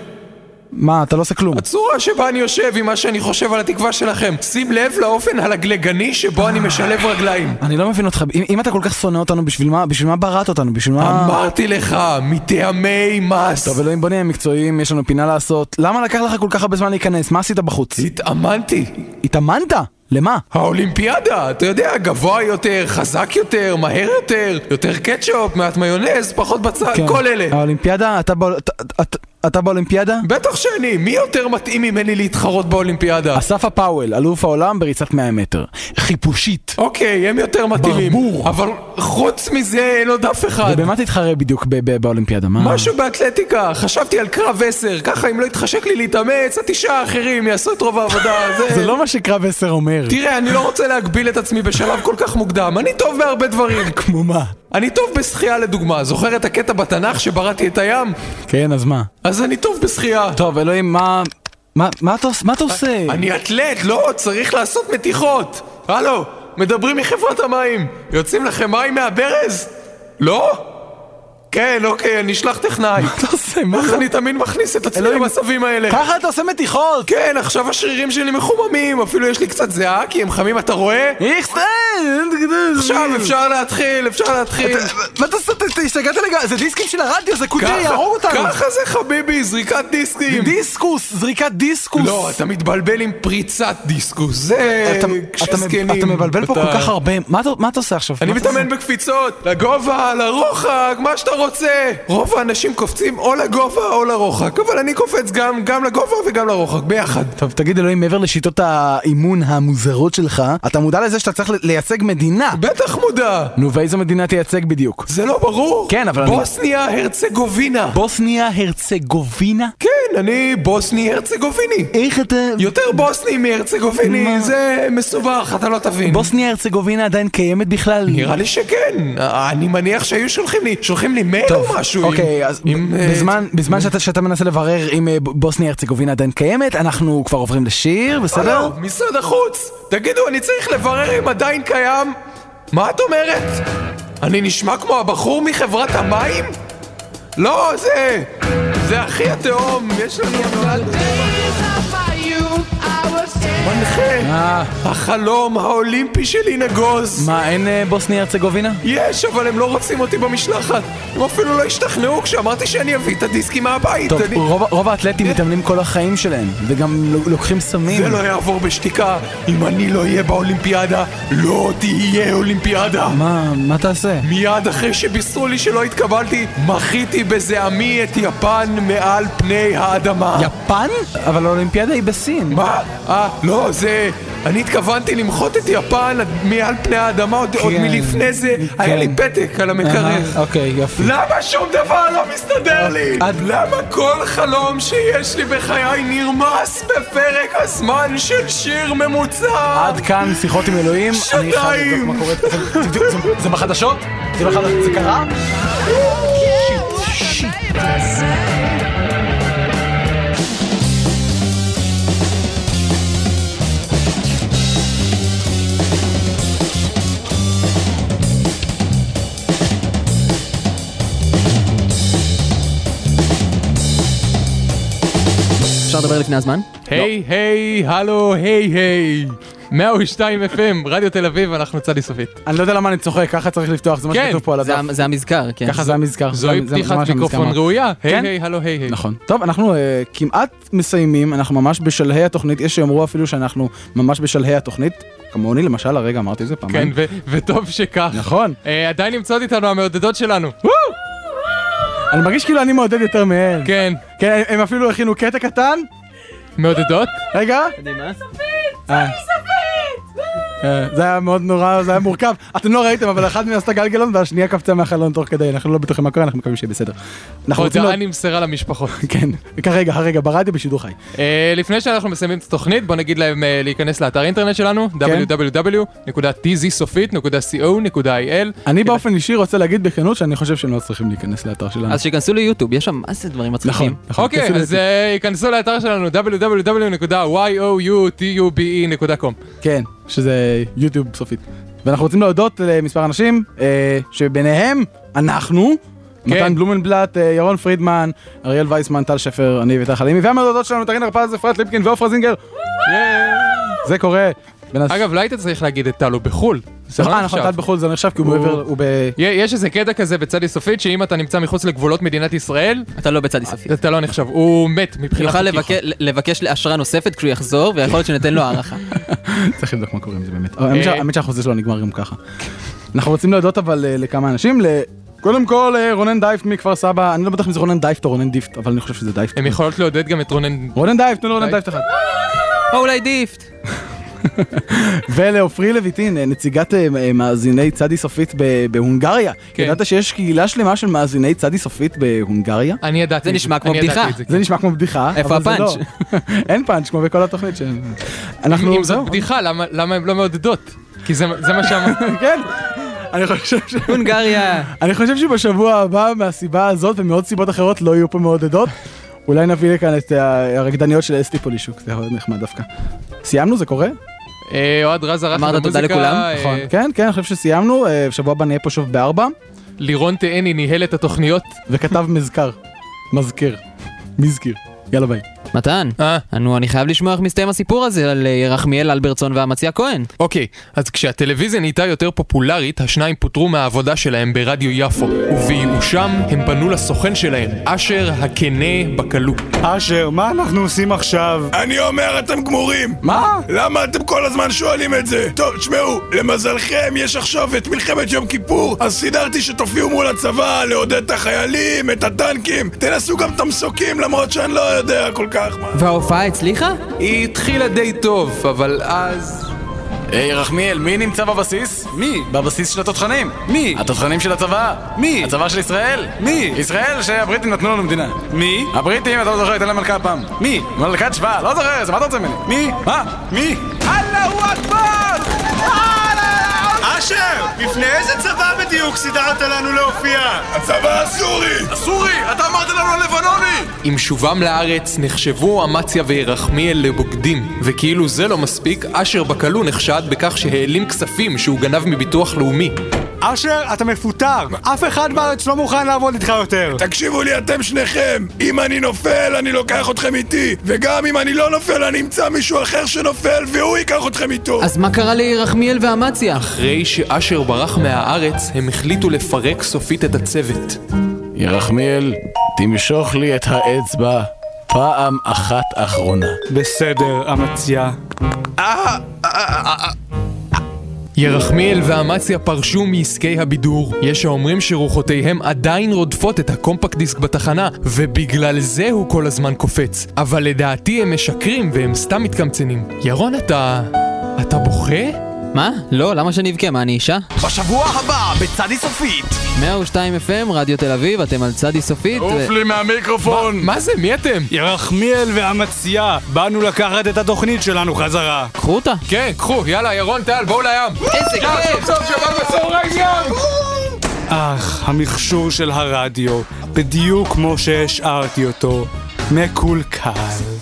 Speaker 3: מה, אתה לא עושה כלום.
Speaker 4: הצורה שבה אני יושב עם מה שאני חושב על התקווה שלכם. שים לב לאופן הלגלגני שבו אני משלב רגליים.
Speaker 3: אני לא מבין אותך, אם, אם אתה כל כך שונא אותנו, בשביל מה, בשביל מה בראת אותנו? בשביל מה...
Speaker 4: אמרתי לך, מטעמי מס.
Speaker 3: אה. טוב, אלוהים, בוא נהיה מקצועיים, יש לנו פינה לעשות. למה לקח לך כל כך הרבה זמן להיכנס? מה עשית בחוץ?
Speaker 4: התאמנתי.
Speaker 3: התאמנת? למה?
Speaker 4: האולימפיאדה, אתה יודע, גבוה יותר, חזק יותר, מהר יותר, יותר קטשופ, מעט מיונז, פחות בצל, כל אלה.
Speaker 3: כן. האולימפיאדה? אתה, בא... אתה, אתה, אתה באולימפיאדה?
Speaker 4: בטח שאני, מי יותר מתאים ממני להתחרות באולימפיאדה?
Speaker 3: אסף הפאוול, אלוף העולם בריצת 100 מטר. חיפושית.
Speaker 4: אוקיי, הם יותר מתאימים.
Speaker 3: ברבור.
Speaker 4: אבל חוץ מזה אין עוד אף אחד.
Speaker 3: ובמה תתחרה בדיוק ב- ב- באולימפיאדה? מה?
Speaker 4: אה, משהו באתלטיקה, חשבתי על קרב 10, ככה אם לא יתחשק לי להתאמץ, התשעה האחרים יעשו את רוב העבודה.
Speaker 3: זה לא מה שקרב 10 אומר.
Speaker 4: תראה, אני לא רוצה להגביל את עצמי בשלב כל כך מוקדם, אני טוב בהרבה דברים.
Speaker 3: כמו מה?
Speaker 4: אני טוב בשחייה לדוגמה, זוכר את הקטע בתנ"ך שבראתי את הים?
Speaker 3: כן, אז מה?
Speaker 4: אז אני טוב בשחייה.
Speaker 3: טוב, אלוהים, מה... מה, מה, אתה, עוש- מה אתה עושה?
Speaker 4: אני אתלט, לא, צריך לעשות מתיחות. הלו, מדברים מחברת המים. יוצאים לכם מים מהברז? לא? כן, אוקיי, אני אשלח טכנאי.
Speaker 3: אתה עושה? מה
Speaker 4: איך אני תמיד מכניס את עצמי
Speaker 3: אלוהים.
Speaker 4: למצבים האלה?
Speaker 3: ככה אתה עושה מתיחות!
Speaker 4: כן, עכשיו השרירים שלי מחוממים, אפילו יש לי קצת זיעה, כי הם חמים, אתה רואה?
Speaker 3: איכס, אה,
Speaker 4: עכשיו אפשר להתחיל, אפשר להתחיל.
Speaker 3: מה אתה עושה? אתה השתגעת לגמרי? זה דיסקים של הרדיו, זה קוטי,
Speaker 4: ככה-
Speaker 3: יהרוג אותנו!
Speaker 4: ככה זה חביבי, זריקת דיסקים.
Speaker 3: דיסקוס, זריקת דיסקוס! אה,
Speaker 4: לא, אתה מתבלבל עם פריצת דיסקוס, זה
Speaker 3: אתה- אתה-
Speaker 4: כשזקנים.
Speaker 3: אתה מבלבל פה
Speaker 4: אתה-
Speaker 3: כל כך הרבה, מה אתה- מה אתה עושה עכשיו?
Speaker 4: אני
Speaker 3: מה אתה
Speaker 4: מתאמן בקפיצות, לגובה, לרוחק, מה שאתה רוצה? רוב האנשים קופצים או לגובה או לרוחק, אבל אני קופץ גם, גם לגובה וגם לרוחק, ביחד.
Speaker 3: טוב, תגיד אלוהים, מעבר לשיטות האימון המוזרות שלך, אתה מודע לזה שאתה צריך ל- לייצג מדינה.
Speaker 4: בטח מודע.
Speaker 3: נו, ואיזו מדינה תייצג בדיוק?
Speaker 4: זה לא ברור?
Speaker 3: כן, אבל אני-
Speaker 4: בוסניה הרצגובינה.
Speaker 3: בוסניה הרצגובינה?
Speaker 4: כן, אני בוסני הרצגוביני.
Speaker 3: איך אתה...
Speaker 4: יותר בוסני מהרצגוביני,
Speaker 3: מה?
Speaker 4: זה מסובך, אתה לא תבין.
Speaker 3: בוסניה הרצגובינה עדיין קיימת בכלל?
Speaker 4: נראה לי שכן, אה, אני מניח שהיו שולחים לי, שולחים לי מייל או משהו. עם-
Speaker 3: אוקיי, אז
Speaker 4: עם,
Speaker 3: ב-
Speaker 4: אה,
Speaker 3: בזמן- בזמן שאתה- שאתה מנסה לברר אם אה, ב- בוסניה הרצגובינה עדיין קיימת, אנחנו כבר עוברים לשיר, בסדר?
Speaker 4: לא, משרד החוץ! תגידו, אני צריך לברר אם עדיין קיים. מה את אומרת? אני נשמע כמו הבחור מחברת המים? לא, זה... זה אחי התהום, יש לנו בכלל... מנחה,
Speaker 3: אה,
Speaker 4: החלום האולימפי שלי נגוז.
Speaker 3: מה, אין אה, בוסניה הרצגובינה?
Speaker 4: יש, אבל הם לא רוצים אותי במשלחת. הם אפילו לא השתכנעו כשאמרתי שאני אביא את הדיסקים מהבית.
Speaker 3: טוב,
Speaker 4: אני-
Speaker 3: רוב- רוב האתלטים מתאמנים כל החיים שלהם, וגם ל- לוקחים סמים.
Speaker 4: כן. זה לא יעבור בשתיקה. אם אני לא אהיה באולימפיאדה, לא תהיה אולימפיאדה.
Speaker 3: מה, מה תעשה?
Speaker 4: מיד אחרי שבישרו לי שלא התקבלתי, מחיתי בזעמי את יפן מעל פני האדמה.
Speaker 3: יפן? אבל האולימפיאדה היא בסין.
Speaker 4: מה? אה, לא, זה... אני התכוונתי למחות את יפן עד- מעל פני האדמה, עוד, עוד
Speaker 3: כן,
Speaker 4: מלפני זה היה
Speaker 3: כן.
Speaker 4: לי פתק על המקרר.
Speaker 3: אה, אוקיי, יופי.
Speaker 4: למה שום דבר לא מסתדר לי?
Speaker 3: עד-
Speaker 4: למה כל חלום שיש לי בחיי נרמס בפרק הזמן של שיר ממוצע?
Speaker 3: עד כאן שיחות עם אלוהים. אני חייב
Speaker 4: שנתיים.
Speaker 3: לבדוק מה קורה. זה- זה- זה- זה בחדשות? זה בחדשות? זה קרה?
Speaker 2: אפשר לדבר לפני הזמן?
Speaker 3: לא.
Speaker 1: היי, היי, הלו, היי, היי. 102 FM, רדיו תל אביב, אנחנו צדי סופית.
Speaker 3: אני לא יודע למה אני צוחק, ככה צריך לפתוח, זה מה
Speaker 1: כן,
Speaker 3: שכתוב פה על
Speaker 2: זה
Speaker 3: הדף.
Speaker 2: ה- זה המזכר, כן.
Speaker 3: ככה זה המזכר.
Speaker 1: זוהי
Speaker 3: זה- זה
Speaker 1: פתיחת
Speaker 3: ממש המזכר
Speaker 1: מיקרופון
Speaker 3: ממש.
Speaker 1: ראויה. היי,
Speaker 3: כן?
Speaker 1: היי, הלו, היי, היי.
Speaker 3: נכון. טוב, אנחנו אה, כמעט מסיימים, אנחנו ממש בשלהי התוכנית, יש שיאמרו אפילו שאנחנו ממש בשלהי התוכנית, כמוני למשל, הרגע אמרתי את זה
Speaker 1: כן,
Speaker 3: פעמיים.
Speaker 1: ו- וטוב שכך.
Speaker 3: נכון.
Speaker 1: אה, עדיין נמצאות איתנו המעודדות שלנו.
Speaker 3: אני מרגיש כאילו אני מעודד יותר מהם.
Speaker 1: כן.
Speaker 3: כן, הם אפילו הכינו קטע קטן.
Speaker 1: מעודדות?
Speaker 3: רגע.
Speaker 2: קדימה.
Speaker 3: אה. אה, זה היה מאוד נורא, זה היה מורכב. אתם לא ראיתם, אבל אחת מהן עשתה גלגלון והשנייה קפצה מהחלון תוך כדי, אנחנו לא בטוחים מה קורה, אנחנו מקווים שיהיה בסדר. אנחנו רוצים...
Speaker 1: הודעה
Speaker 3: להוד-
Speaker 1: נמסרה למשפחות.
Speaker 3: כן, כרגע, הרגע, ברדיו בשידור חי.
Speaker 1: אה, לפני שאנחנו מסיימים את התוכנית, בוא נגיד להם אה, להיכנס לאתר האינטרנט שלנו,
Speaker 3: כן.
Speaker 1: www.tzsופית.co.il.
Speaker 3: אני באופן אישי רוצה להגיד בכנות שאני חושב שהם לא צריכים להיכנס לאתר שלנו.
Speaker 2: אז שייכנסו ליוטיוב, יש שם מה זה דברים
Speaker 3: נכון,
Speaker 2: מצחיקים.
Speaker 1: אוקיי,
Speaker 3: כנסו
Speaker 1: אז
Speaker 3: ל-
Speaker 1: אה, ייכנסו לאתר שלנו, www.youtube.com.
Speaker 3: כן, שזה יוטיוב סופית. ואנחנו רוצים להודות למספר אנשים, אה, שביניהם אנחנו,
Speaker 1: כן.
Speaker 3: מתן בלומנבלט, אה, ירון פרידמן, אריאל וייסמן, טל שפר, אני וטל חלימי, והמעודדות שלנו, טרין הרפז, אפרת ליפקין ועופרה זינגר. אה, זה קורה. בין הש-
Speaker 1: אגב, לא היית צריך להגיד את טל, הוא בחו"ל. זה לא
Speaker 3: אה, נכון,
Speaker 1: נחשב.
Speaker 3: טל בחו"ל זה לא נחשב, כי הוא
Speaker 1: הוא-
Speaker 3: מעבר, הוא ב...
Speaker 1: יה- יש איזה קטע כזה בצדי סופית, שאם אתה נמצא מחוץ לגבולות מדינת ישראל,
Speaker 2: אתה לא בצד
Speaker 3: אה,
Speaker 2: איסופי.
Speaker 1: אתה לא נחשב. הוא מת
Speaker 2: הוא
Speaker 1: מבחינת
Speaker 2: יוכל
Speaker 1: חוקיות.
Speaker 2: לבקש- לבקש לאשרה נוספת כשהוא יחזור, ויכול להיות שניתן לו הערכה.
Speaker 3: צריך לבדוק מה קורה עם זה באמת. אבל אה,
Speaker 1: אה,
Speaker 3: האמת שה- האמת שהחוזה שלו נגמר גם ככה. אנחנו רוצים להודות אבל אה, לכמה אנשים, ל- קודם כל אה, רונן דייפט מכפר סבא, אני לא בטוח אם זה רונן דייפט או רונן דיפט, אבל אני חושב שזה דייפט.
Speaker 1: הם יכולות לעודד גם את רונן.
Speaker 3: רונן דייפט, תנו לו רונן
Speaker 1: דייפט.
Speaker 3: דייפט אחד.
Speaker 2: או אולי דיפט.
Speaker 3: ולעופרי לויטין, אה, נציגת אה, אה, מאזיני צדי סופית ב- בהונגריה.
Speaker 1: כן.
Speaker 3: ידעת שיש קהילה שלמה של מאזיני צדי סופית בהונגריה?
Speaker 1: אני ידעתי.
Speaker 2: זה
Speaker 1: את
Speaker 2: נשמע כמו
Speaker 1: אני ידעתי
Speaker 2: בדיחה.
Speaker 1: את
Speaker 3: זה נשמע כמו בדיחה,
Speaker 2: איפה
Speaker 3: אבל זה
Speaker 2: הפאנץ'?
Speaker 3: לא. אין פאנץ', כמו בכל התוכנית ש...
Speaker 1: אם- אם
Speaker 3: אנחנו... זהו.
Speaker 1: זאת בדיחה, למה- למה הן לא מעודדות? כי זה זה מה שאמרתי.
Speaker 3: כן. אני חושב ש...
Speaker 2: הונגריה.
Speaker 3: אני חושב שבשבוע הבא, מהסיבה הזאת ומעוד סיבות אחרות, לא יהיו פה מעודדות. אולי נביא לכאן את ה- הרקדניות של אסתי פולישוק, זה מאוד נחמד דווקא. סיימנו? זה קורה?
Speaker 1: אה, אוהד רז ערך את
Speaker 2: אמרת תודה
Speaker 1: המוזיקה.
Speaker 2: לכולם?
Speaker 1: אה,
Speaker 3: נכון. כן, כן, אני חושב שסיימנו, אה, בשבוע הבא נהיה פה שוב בארבע,
Speaker 1: לירון תאני ניהל את התוכניות.
Speaker 3: וכתב מזכר. מזכיר. מזכיר.
Speaker 8: יאללה ביי.
Speaker 2: מתן,
Speaker 1: אה,
Speaker 2: נו, אני חייב לשמוע איך מסתיים הסיפור הזה על אה, ירחמיאל אלברטסון והמציא הכהן.
Speaker 1: אוקיי, אז כשהטלוויזיה נהייתה יותר פופולרית, השניים פוטרו מהעבודה שלהם ברדיו יפו, ובייאושם הם פנו לסוכן שלהם, אשר הקנה בקלו.
Speaker 8: אשר, מה אנחנו עושים עכשיו?
Speaker 10: אני אומר, אתם גמורים!
Speaker 8: מה?
Speaker 10: למה אתם כל הזמן שואלים את זה? טוב, תשמעו, למזלכם יש עכשיו את מלחמת יום כיפור, אז סידרתי שתופיעו מול הצבא לעודד את החיילים, את הטנקים, תנסו גם את המסוקים למרות שאני לא יודע כל כך מה.
Speaker 2: וההופעה הצליחה?
Speaker 1: היא התחילה די טוב, אבל אז...
Speaker 3: היי רחמיאל, מי נמצא בבסיס?
Speaker 8: מי?
Speaker 3: בבסיס של התותחנים.
Speaker 8: מי?
Speaker 3: התותחנים של הצבא.
Speaker 8: מי?
Speaker 3: הצבא של ישראל.
Speaker 8: מי?
Speaker 3: ישראל שהבריטים נתנו לנו מדינה.
Speaker 8: מי?
Speaker 3: הבריטים, אתה לא זוכר, הייתה להם מלכה פעם.
Speaker 8: מי?
Speaker 3: מלכת שבא, לא זוכר, אז מה אתה רוצה ממני?
Speaker 8: מי?
Speaker 3: מה?
Speaker 8: מי?
Speaker 13: אללהו אכבר! אשר, בפני איזה צבא בדיוק סידרת לנו להופיע?
Speaker 10: הצבא הסורי!
Speaker 4: סורי, אתה אמרת לנו לבנוני!
Speaker 1: עם שובם לארץ נחשבו אמציה וירחמיאל לבוגדים, וכאילו זה לא מספיק, אשר בקלו נחשד בכך שהעלים כספים שהוא גנב מביטוח לאומי.
Speaker 8: אשר, אתה מפוטר! אף אחד בארץ לא מוכן לעבוד איתך יותר!
Speaker 10: תקשיבו לי אתם שניכם, אם אני נופל אני לוקח אתכם איתי, וגם אם אני לא נופל אני אמצא מישהו אחר שנופל והוא ייקח אתכם איתו.
Speaker 2: אז מה קרה לירחמיאל ואמציה?
Speaker 1: אחרי שאשר ברח מהארץ, הם החליטו לפרק סופית את הצוות.
Speaker 3: ירחמיאל, תמשוך לי את האצבע פעם אחת אחרונה.
Speaker 8: בסדר, המציע.
Speaker 1: ירחמיאל ואמציה פרשו מעסקי הבידור. יש האומרים שרוחותיהם עדיין רודפות את הקומפקט דיסק בתחנה, ובגלל זה הוא כל הזמן קופץ. אבל לדעתי הם משקרים והם סתם מתקמצנים. ירון, אתה... אתה בוכה?
Speaker 2: מה? לא, למה שאני אבכה? מה, אני אישה?
Speaker 4: בשבוע הבא, בצדי סופית!
Speaker 2: 102 FM, רדיו תל אביב, אתם על צדי סופית. ו-
Speaker 4: לי מהמיקרופון!
Speaker 1: מה זה? מי אתם?
Speaker 8: ירחמיאל והמציע, באנו לקחת את התוכנית שלנו חזרה.
Speaker 2: קחו אותה.
Speaker 1: כן, קחו, יאללה, ירון טל, בואו לים!
Speaker 2: כן,
Speaker 1: איזה כיף! סוף שבוע בצהריים ים!
Speaker 8: אך, המכשור של הרדיו, בדיוק כמו שהשארתי אותו, מקולקל.